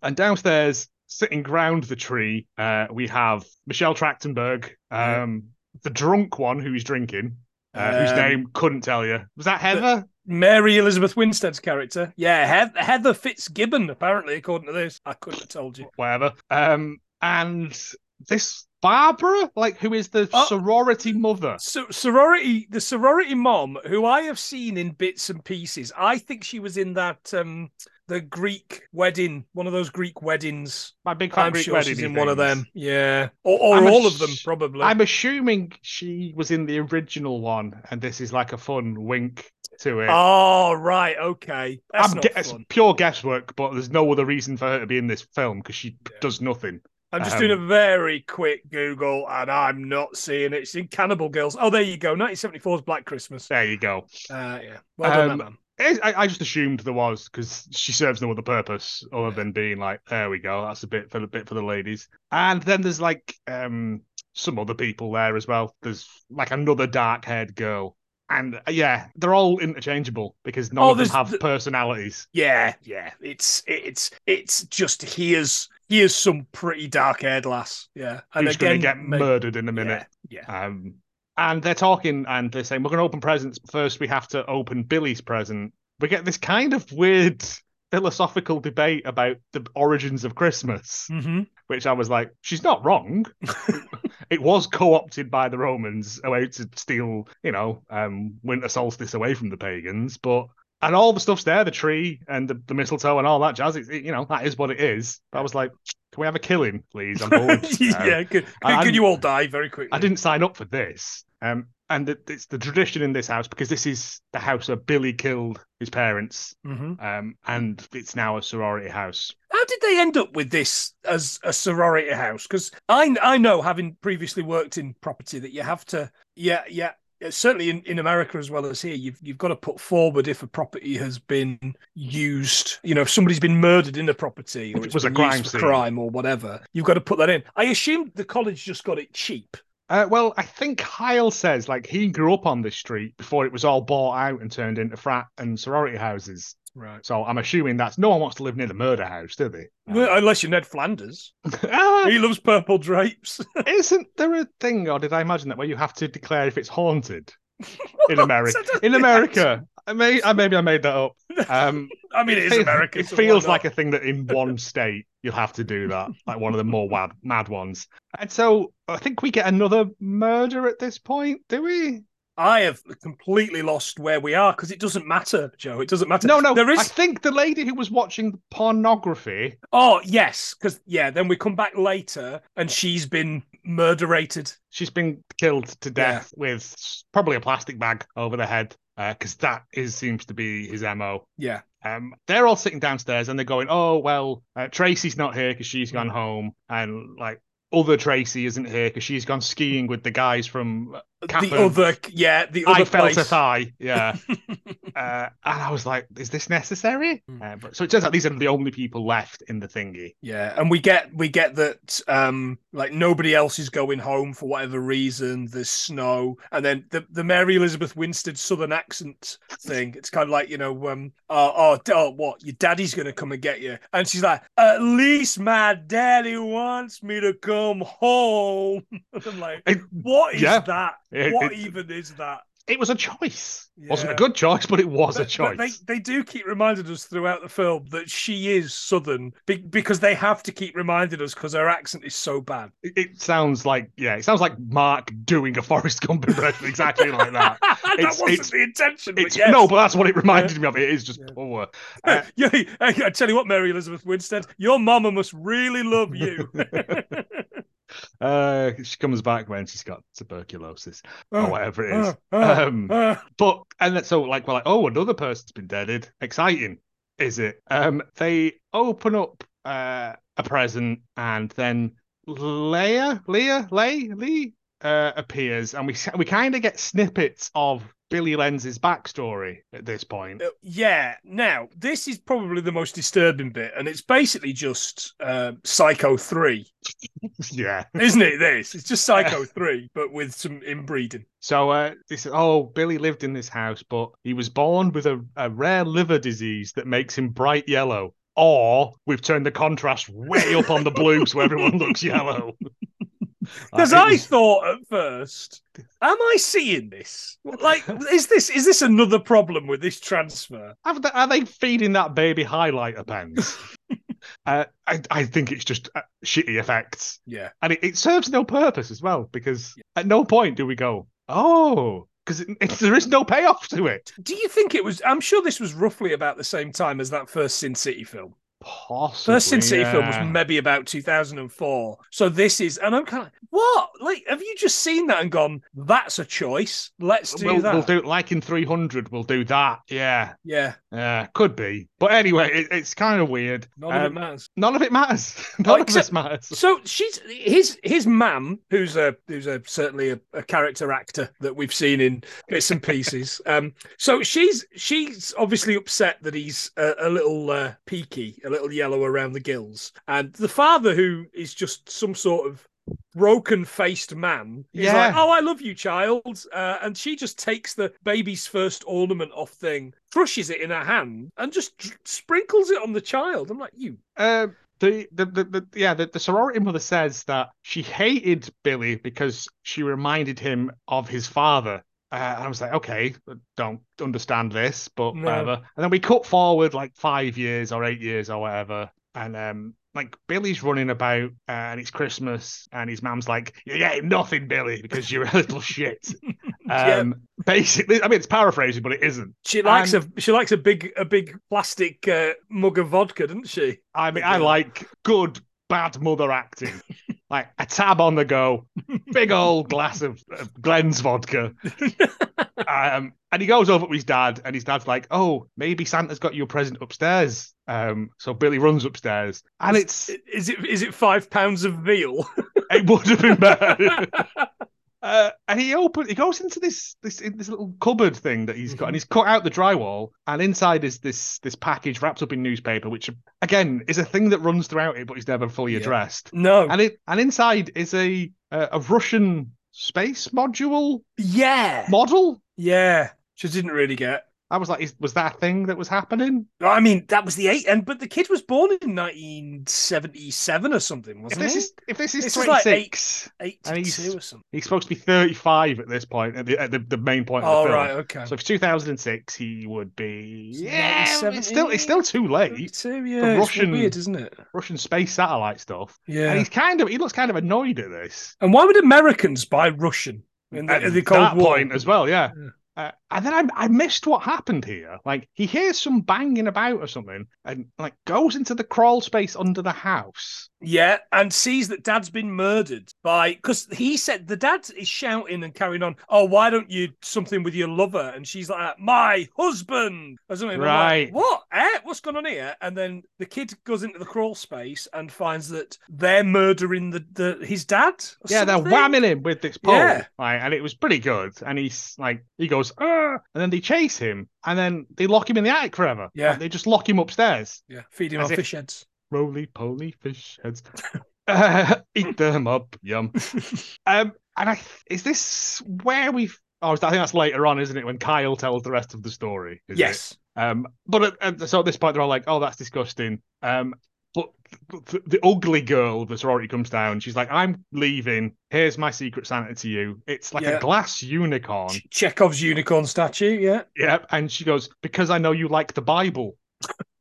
[SPEAKER 1] and downstairs, sitting round the tree, uh, we have Michelle Trachtenberg,
[SPEAKER 2] Yeah.
[SPEAKER 1] um, the drunk one who's drinking, uh, whose
[SPEAKER 2] Um,
[SPEAKER 1] name couldn't tell you. Was that Heather?
[SPEAKER 2] Mary Elizabeth Winstead's character. Yeah, he- Heather Fitzgibbon, apparently, according to this. I couldn't have told you.
[SPEAKER 1] Whatever. Um, and this Barbara, like who is the
[SPEAKER 2] Oh.
[SPEAKER 1] sorority mother?
[SPEAKER 2] So, sorority, the sorority mom, who I have seen in bits and pieces. I think she was in that um the Greek wedding, one of those Greek weddings.
[SPEAKER 1] My big fan
[SPEAKER 2] I'm
[SPEAKER 1] Greek
[SPEAKER 2] sure
[SPEAKER 1] wedding.
[SPEAKER 2] she's in
[SPEAKER 1] he
[SPEAKER 2] one of
[SPEAKER 1] thinks.
[SPEAKER 2] them. Yeah, or, or
[SPEAKER 1] I'm a
[SPEAKER 2] all of them
[SPEAKER 1] sh-
[SPEAKER 2] probably.
[SPEAKER 1] I'm assuming she was in the original one, and this is like a fun wink to it.
[SPEAKER 2] Oh right, okay. That's
[SPEAKER 1] I'm
[SPEAKER 2] not
[SPEAKER 1] gue- it's
[SPEAKER 2] fun.
[SPEAKER 1] pure guesswork, but there's no other reason for her to be in this film because she does nothing.
[SPEAKER 2] I'm just
[SPEAKER 1] um,
[SPEAKER 2] doing a very quick Google, and I'm not seeing it. It's in Cannibal Girls. Oh, there you go. 1974's Black Christmas.
[SPEAKER 1] There you go.
[SPEAKER 2] Uh, yeah. Well done,
[SPEAKER 1] Um,
[SPEAKER 2] that man.
[SPEAKER 1] I, I- I just assumed there was because she serves no other purpose other than being like, there we go, that's a bit for the bit for the ladies. And then there's like um some other people there as well. There's like another dark haired girl. And uh, yeah, they're all interchangeable because none
[SPEAKER 2] Oh,
[SPEAKER 1] of them
[SPEAKER 2] there's
[SPEAKER 1] have
[SPEAKER 2] the-
[SPEAKER 1] personalities.
[SPEAKER 2] Yeah, yeah. It's it's it's just here's here's some pretty dark haired lass. Yeah, and
[SPEAKER 1] who's
[SPEAKER 2] again,
[SPEAKER 1] going to get
[SPEAKER 2] ma-
[SPEAKER 1] murdered in a minute.
[SPEAKER 2] Yeah, yeah.
[SPEAKER 1] Um, and they're talking and they're saying, we're going to open presents. but First, we have to open Billy's present. We get this kind of weird philosophical debate about the origins of Christmas,
[SPEAKER 2] (laughs) Mhm.
[SPEAKER 1] which I was like, she's not
[SPEAKER 2] (laughs)
[SPEAKER 1] wrong. it was co opted by the Romans, a way to steal, you know, um, winter solstice away from the pagans. But. And all the stuff's there, the tree and the, the mistletoe and all that jazz. It's, it, you know, that is what it is. But I was like, can we have a killing, please? I'm bored. Um,
[SPEAKER 2] (laughs) yeah. Could,
[SPEAKER 1] I-
[SPEAKER 2] could you all die very quickly?
[SPEAKER 1] I didn't sign up for this. Um, and it, it's the tradition in this house because this is the house where Billy killed his parents.
[SPEAKER 2] hmm
[SPEAKER 1] Um, and it's now a sorority house.
[SPEAKER 2] How did they end up with this as a sorority house? Because I I know, having previously worked in property, that you have to yeah yeah certainly in, in America as well as here, you've you've got to put forward if a property has been used. You know, if somebody's been murdered in a property
[SPEAKER 1] If
[SPEAKER 2] or
[SPEAKER 1] it
[SPEAKER 2] it's
[SPEAKER 1] was a
[SPEAKER 2] been used
[SPEAKER 1] crime
[SPEAKER 2] for
[SPEAKER 1] scene.
[SPEAKER 2] crime or whatever, you've got to put that in. I assumed the college just got it cheap.
[SPEAKER 1] Uh, well, I think Kyle says like he grew up on this street before it was all bought out and turned into frat and sorority houses.
[SPEAKER 2] Right.
[SPEAKER 1] So I'm assuming that's no one wants to live near the murder house, do they?
[SPEAKER 2] (laughs) Well, unless you're Ned Flanders,
[SPEAKER 1] Ah,
[SPEAKER 2] he loves purple drapes. (laughs)
[SPEAKER 1] isn't there a thing, or did I imagine that, where you have to declare if it's
[SPEAKER 2] (laughs)
[SPEAKER 1] haunted in America?
[SPEAKER 2] That doesn't
[SPEAKER 1] In
[SPEAKER 2] make
[SPEAKER 1] America, I may, I, maybe I made that
[SPEAKER 2] (laughs)
[SPEAKER 1] up.
[SPEAKER 2] sense.
[SPEAKER 1] Um,
[SPEAKER 2] I mean, it is
[SPEAKER 1] It-
[SPEAKER 2] America.
[SPEAKER 1] It
[SPEAKER 2] so why
[SPEAKER 1] feels
[SPEAKER 2] not?
[SPEAKER 1] like a thing that in one
[SPEAKER 2] (laughs)
[SPEAKER 1] state you'll have to do that, like one of the more wad, mad ones. And so I think we get another murder at this point, do we?
[SPEAKER 2] I have completely lost where we are because it doesn't matter, Joe. It doesn't matter.
[SPEAKER 1] No, no.
[SPEAKER 2] There
[SPEAKER 1] I
[SPEAKER 2] is.
[SPEAKER 1] think the lady who was watching the pornography.
[SPEAKER 2] Oh, yes. Because, yeah, then we come back later and she's been murderated.
[SPEAKER 1] She's been killed to death with s- probably a plastic bag over the head, because that is seems to be his mo.
[SPEAKER 2] Yeah.
[SPEAKER 1] Um, they're all sitting downstairs and they're going, "Oh well, uh, Tracy's not here because she's
[SPEAKER 2] Mm.
[SPEAKER 1] gone home, and like other Tracy isn't here because she's gone skiing with the guys from Capper.
[SPEAKER 2] The other. Yeah. The other
[SPEAKER 1] I felt
[SPEAKER 2] place.
[SPEAKER 1] a thigh.
[SPEAKER 2] (laughs)
[SPEAKER 1] Yeah. uh, and I was like, is this necessary?
[SPEAKER 2] Mm.
[SPEAKER 1] Uh, but, so it turns out these are the only people left in the thingy.
[SPEAKER 2] Yeah, and we get we get that um like nobody else is going home for whatever reason. There's snow, and then the the Mary Elizabeth Winstead Southern accent thing. It's kind of like you know um oh oh, d- oh what your daddy's gonna come and get you, and she's like at least my daddy wants me to come home. (laughs) And I'm like,
[SPEAKER 1] It,
[SPEAKER 2] what is
[SPEAKER 1] Yeah.
[SPEAKER 2] that?
[SPEAKER 1] It-
[SPEAKER 2] what
[SPEAKER 1] it-
[SPEAKER 2] even is that?
[SPEAKER 1] it was a choice. Wasn't a
[SPEAKER 2] Yeah.
[SPEAKER 1] good choice, but it was a
[SPEAKER 2] But- but
[SPEAKER 1] choice.
[SPEAKER 2] They, they do keep reminding us throughout the film that she is Southern be- because they have to keep reminding us because her accent is so bad.
[SPEAKER 1] It, it sounds like yeah, it sounds like Mark doing a Forrest Gump impression exactly like that.
[SPEAKER 2] (laughs) that
[SPEAKER 1] It's-
[SPEAKER 2] wasn't
[SPEAKER 1] it's-
[SPEAKER 2] the intention. But
[SPEAKER 1] It's
[SPEAKER 2] yes.
[SPEAKER 1] no, but that's what it reminded me of. It is just poor. uh,
[SPEAKER 2] (laughs) Yeah,
[SPEAKER 1] (laughs)
[SPEAKER 2] (laughs) I I tell you what, Mary Elizabeth Winstead, your mama must really love you.
[SPEAKER 1] Uh, she comes back when she's got tuberculosis or whatever Oh, it is.
[SPEAKER 2] Uh, uh,
[SPEAKER 1] Um,
[SPEAKER 2] uh.
[SPEAKER 1] But and then, so like we're like, oh, another person's been deaded. Exciting, is it? Um, they open up uh, a present and then Leia, Leah, Lay, Lee uh, appears, and we we kind of get snippets of Billy Lenz's backstory at this point.
[SPEAKER 2] Uh, yeah. Now, this is probably the most disturbing bit, and it's basically just uh, Psycho 3,
[SPEAKER 1] (laughs) yeah.
[SPEAKER 2] isn't it? This. It's
[SPEAKER 1] (laughs)
[SPEAKER 2] just Psycho 3, but with some inbreeding.
[SPEAKER 1] So uh, they said, "Oh, Billy lived in this house, but he was born with a, a rare liver disease that makes him bright yellow." Or we've turned the contrast way up on the blue so
[SPEAKER 2] (laughs)
[SPEAKER 1] everyone looks yellow.
[SPEAKER 2] Because
[SPEAKER 1] Like, it
[SPEAKER 2] I
[SPEAKER 1] was-
[SPEAKER 2] thought at first, am I seeing this?
[SPEAKER 1] (laughs)
[SPEAKER 2] Like, is this is this another problem with this transfer?
[SPEAKER 1] Have they- are they feeding that baby highlighter
[SPEAKER 2] (laughs)
[SPEAKER 1] pens? uh, I, I think it's just uh, shitty effects,
[SPEAKER 2] Yeah.
[SPEAKER 1] and it, it serves no purpose as well because at no point do we go, "Oh," because (laughs) there is no payoff to it.
[SPEAKER 2] Do you think it was? I'm sure this was roughly about the same time as that first Sin City film.
[SPEAKER 1] Possibly,
[SPEAKER 2] First Sin City film
[SPEAKER 1] yeah.
[SPEAKER 2] was maybe about 2004. So this is, and I'm kind of what? Like, have you just seen that and gone? That's a choice. Let's do
[SPEAKER 1] we'll,
[SPEAKER 2] that.
[SPEAKER 1] we'll do like in 300 we'll do that yeah
[SPEAKER 2] yeah.
[SPEAKER 1] yeah could be but anyway it, it's kind of weird
[SPEAKER 2] None
[SPEAKER 1] Um,
[SPEAKER 2] of it matters.
[SPEAKER 1] none of it matters (laughs) none of this
[SPEAKER 2] except-
[SPEAKER 1] matters
[SPEAKER 2] So she's his his mum, who's a who's a certainly a, a character actor that we've seen in bits and pieces. Um, so she's she's obviously upset that he's a, a little uh, peaky, a little yellow around the gills, and the father, who is just some sort of broken faced man, is
[SPEAKER 1] Yeah.
[SPEAKER 2] like, "Oh, I love you, child," uh, and she just takes the baby's first ornament off thing, crushes it in her hand, and just dr- sprinkles it on the child. I'm like, "You."
[SPEAKER 1] um the, the, the, the yeah the, the sorority mother says that she hated billy because she reminded him of his father uh, and i was like okay I don't understand this but
[SPEAKER 2] No.
[SPEAKER 1] whatever and then we cut forward like five years or eight years or whatever and um like Billy's running about uh, and it's Christmas and his mum's like, You're getting nothing, Billy, because you're a little shit.
[SPEAKER 2] (laughs) Yeah.
[SPEAKER 1] Um, basically, I mean, it's paraphrasing, but it isn't.
[SPEAKER 2] She likes a she likes a big a big plastic uh, mug of vodka, doesn't she?
[SPEAKER 1] I mean, I
[SPEAKER 2] Yeah.
[SPEAKER 1] like good bad mother acting, like a tab on the go, big old glass of, of Glen's vodka. um, and he goes over to his dad, and his dad's like, "Oh, maybe Santa's got you a present upstairs." Um, so Billy runs upstairs, and it's
[SPEAKER 2] Is it is it five pounds of veal? (laughs)
[SPEAKER 1] it would have been better. (laughs) Uh, and he opens. He goes into this this in this little cupboard thing that
[SPEAKER 2] Mm-hmm.
[SPEAKER 1] he's got, and he's cut out the drywall. And inside is this this package wrapped up in newspaper, which again is a thing that runs throughout it, but is never fully
[SPEAKER 2] Yeah.
[SPEAKER 1] addressed.
[SPEAKER 2] no.
[SPEAKER 1] And it and inside is a uh, a Russian space module
[SPEAKER 2] Yeah.
[SPEAKER 1] model.
[SPEAKER 2] Yeah. She didn't really get.
[SPEAKER 1] I was like, is, was that a thing that was happening?
[SPEAKER 2] I mean, that was the eight, and but the kid was born in 1977 or something,
[SPEAKER 1] If
[SPEAKER 2] wasn't
[SPEAKER 1] this
[SPEAKER 2] he?
[SPEAKER 1] is if this is
[SPEAKER 2] This is
[SPEAKER 1] twenty
[SPEAKER 2] like eight-
[SPEAKER 1] six,
[SPEAKER 2] 82 or something.
[SPEAKER 1] he's supposed to be thirty five at this point at the, at the, the main point. Of the
[SPEAKER 2] All
[SPEAKER 1] film.
[SPEAKER 2] Oh, right, okay.
[SPEAKER 1] So if 2006, he would be.
[SPEAKER 2] So
[SPEAKER 1] Yeah, but it's still it's
[SPEAKER 2] 1970?
[SPEAKER 1] still too late.
[SPEAKER 2] 82, yeah. It's
[SPEAKER 1] Russian-
[SPEAKER 2] weird, isn't it?
[SPEAKER 1] Russian space satellite stuff,
[SPEAKER 2] Yeah.
[SPEAKER 1] and
[SPEAKER 2] And,
[SPEAKER 1] he's kind of he looks kind of annoyed at this
[SPEAKER 2] why would Americans buy Russian in the,
[SPEAKER 1] at
[SPEAKER 2] in the Cold
[SPEAKER 1] that
[SPEAKER 2] War?
[SPEAKER 1] point as well. Yeah.
[SPEAKER 2] Yeah.
[SPEAKER 1] Uh, and then I, I missed what happened here. Like he hears some banging about or something, and like goes into the crawl space under the house.
[SPEAKER 2] Yeah, and sees that dad's been murdered by because he said the dad is shouting and carrying on. Oh, why don't you something with your lover? And she's like, my husband or something. I'm like,
[SPEAKER 1] Right.
[SPEAKER 2] what? Eh? What's going on here? And then the kid goes into the crawl space and finds that they're murdering the, the his dad. or
[SPEAKER 1] Yeah,
[SPEAKER 2] something.
[SPEAKER 1] they're whamming him with this pole,
[SPEAKER 2] Yeah.
[SPEAKER 1] like, and it was pretty good. And he's like, he goes, "Ah," and then they chase him, and then they lock him in the attic forever.
[SPEAKER 2] Yeah.
[SPEAKER 1] Like, they just lock him upstairs.
[SPEAKER 2] Yeah, feeding
[SPEAKER 1] As
[SPEAKER 2] on
[SPEAKER 1] if-
[SPEAKER 2] fish heads.
[SPEAKER 1] roly poly fish
[SPEAKER 2] (laughs)
[SPEAKER 1] heads. uh, eat them up, yum. um, and I th- is this where we've? Oh, is that- I think that's later on, isn't it? When Kyle tells the rest of the story. isn't it?
[SPEAKER 2] Yes.
[SPEAKER 1] Um, but at, at- so at this point, they're all like, "Oh, that's disgusting." Um, but th- th- the ugly girl, the sorority comes down. She's like, "I'm leaving. Here's my secret Santa to you. It's like
[SPEAKER 2] Yeah.
[SPEAKER 1] a glass
[SPEAKER 2] (laughs)
[SPEAKER 1] unicorn."
[SPEAKER 2] Che- Chekhov's unicorn statue. Yeah.
[SPEAKER 1] Yep. And she goes, Because I know you like the Bible.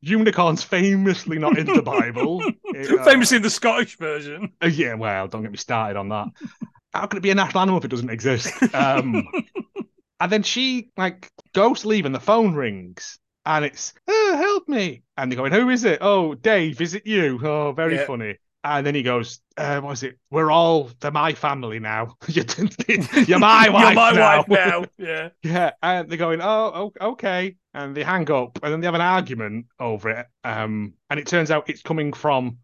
[SPEAKER 1] Unicorns famously not in the
[SPEAKER 2] (laughs)
[SPEAKER 1] Bible. It, uh,
[SPEAKER 2] Famously in the Scottish version.
[SPEAKER 1] uh, yeah, well, don't get me started on that. How can it be a national animal if it doesn't exist?
[SPEAKER 2] (laughs)
[SPEAKER 1] Um, and then she like goes to leave, and the phone rings, and it's oh, help me. And they're going, who is it? Oh, Dave, is it you? Oh, very
[SPEAKER 2] Yeah.
[SPEAKER 1] funny. And then he goes, uh, "What is it? We're all they're my family now. (laughs) you're, you're my wife.
[SPEAKER 2] (laughs) You're my
[SPEAKER 1] now.
[SPEAKER 2] wife
[SPEAKER 1] (laughs)
[SPEAKER 2] now. Yeah.
[SPEAKER 1] Yeah, and they're going, oh, o- okay, and they hang up, and then they have an argument over it. Um, and it turns out it's coming from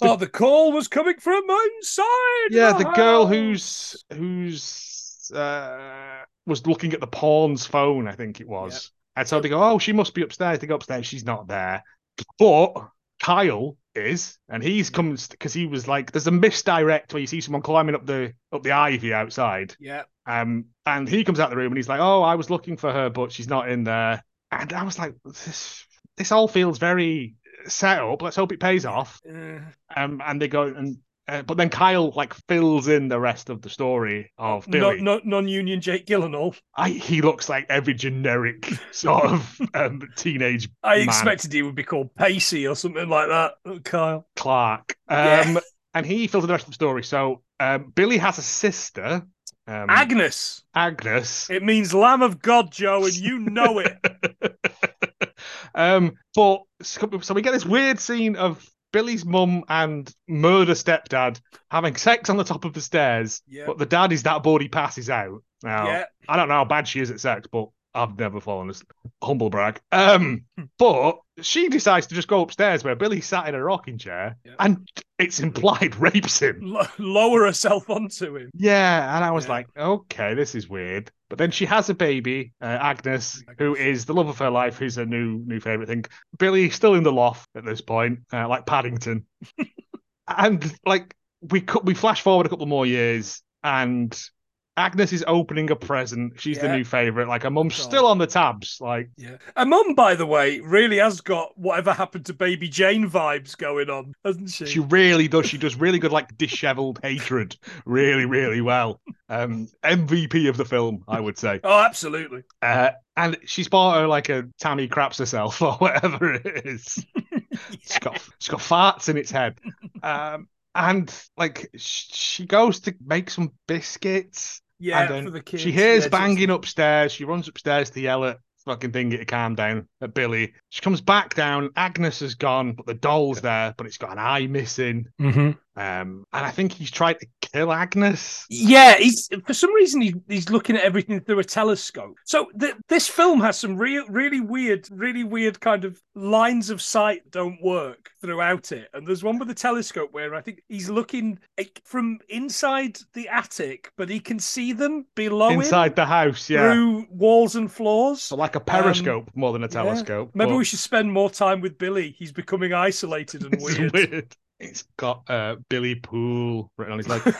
[SPEAKER 2] Oh, the call was coming from inside.
[SPEAKER 1] yeah, the girl
[SPEAKER 2] house.
[SPEAKER 1] who's who's uh was looking at the pawn's phone, I think it was. And so they go, oh, she must be upstairs. They go upstairs, she's not there, but Kyle is, and he's comes because he was like, there's a misdirect where you see someone climbing up the up the ivy outside.
[SPEAKER 2] Yeah.
[SPEAKER 1] Um, and he comes out the room and he's like, "Oh, I was looking for her, but she's not in there." And I was like, "This, this all feels very set up. Let's hope it pays off."
[SPEAKER 2] Uh,
[SPEAKER 1] Um, and they go and, uh, but then Kyle like fills in the rest of the story of
[SPEAKER 2] no,
[SPEAKER 1] Billy.
[SPEAKER 2] no, non-union Jake Gyllenhaal.
[SPEAKER 1] I, he looks like every generic (laughs) sort of um, teenage
[SPEAKER 2] I
[SPEAKER 1] Man.
[SPEAKER 2] expected he would be called Pacey or something like that. Oh, Kyle.
[SPEAKER 1] Clark. Um,
[SPEAKER 2] Yeah.
[SPEAKER 1] and he fills in the rest of the story. So um, Billy has a sister, um,
[SPEAKER 2] Agnes.
[SPEAKER 1] Agnes. (laughs)
[SPEAKER 2] It means Lamb of God, Joe, and you know it.
[SPEAKER 1] um, but so we get this weird scene of Billy's mum and murder stepdad having sex on the top of the stairs,
[SPEAKER 2] (laughs) Yeah.
[SPEAKER 1] but the dad is that bored he passes out. Now,
[SPEAKER 2] Yeah.
[SPEAKER 1] I don't know how bad she is at sex, but I've never fallen asleep. Humble brag. Um, but she decides to just go upstairs where Billy sat in a rocking chair
[SPEAKER 2] Yeah.
[SPEAKER 1] and it's implied (laughs) rapes him.
[SPEAKER 2] L- lower herself onto him.
[SPEAKER 1] Yeah, and I was
[SPEAKER 2] Yeah.
[SPEAKER 1] like, okay, this is weird. But then she has a baby, uh, Agnes,
[SPEAKER 2] Oh
[SPEAKER 1] who is the love of her life, who's her new new favorite thing. Billy still in the loft at this point, uh, like
[SPEAKER 2] (laughs)
[SPEAKER 1] Paddington, and like we cu- we flash forward a couple more years, and Agnes is opening a present. She's the
[SPEAKER 2] Yeah.
[SPEAKER 1] new favorite. Like her mum's
[SPEAKER 2] That's all.
[SPEAKER 1] still on the tabs. Like
[SPEAKER 2] Yeah. And mum, by the way, really has got whatever happened to Baby Jane vibes going on, hasn't she?
[SPEAKER 1] She really does. She does really good, like disheveled hatred, really, really
[SPEAKER 2] (laughs)
[SPEAKER 1] well. Um, MVP of the film, I would say.
[SPEAKER 2] Oh, absolutely.
[SPEAKER 1] Uh, and she's bought her like a Tammy craps herself (laughs) or whatever it
[SPEAKER 2] (laughs)
[SPEAKER 1] is. It's got it's got farts in its head. Um, and like sh- she goes to make some biscuits.
[SPEAKER 2] Yeah,
[SPEAKER 1] and then
[SPEAKER 2] for the kids.
[SPEAKER 1] she hears
[SPEAKER 2] Yeah, just-
[SPEAKER 1] banging upstairs. She runs upstairs to yell at fucking thingy to calm down at Billy. She comes back down. Agnes has gone, but the doll's there, but it's got an eye missing.
[SPEAKER 2] Mm-hmm.
[SPEAKER 1] Um, and I think he's tried to kill Agnes.
[SPEAKER 2] Yeah, he's for some reason he, he's looking at everything through a telescope. So th- this film has some real, really weird, really weird kind of lines of sight don't work throughout it. And there's one with the telescope where I think he's looking like, from inside the attic, but he can see them below him
[SPEAKER 1] Inside the house, yeah.
[SPEAKER 2] Oh, through walls and floors.
[SPEAKER 1] So like a periscope more than a telescope.
[SPEAKER 2] Maybe
[SPEAKER 1] but-
[SPEAKER 2] we should spend more time with Billy. He's becoming isolated
[SPEAKER 1] (laughs)
[SPEAKER 2] and
[SPEAKER 1] It's
[SPEAKER 2] weird. (laughs)
[SPEAKER 1] weird. It's got uh, Billy Pool written on his leg. (laughs)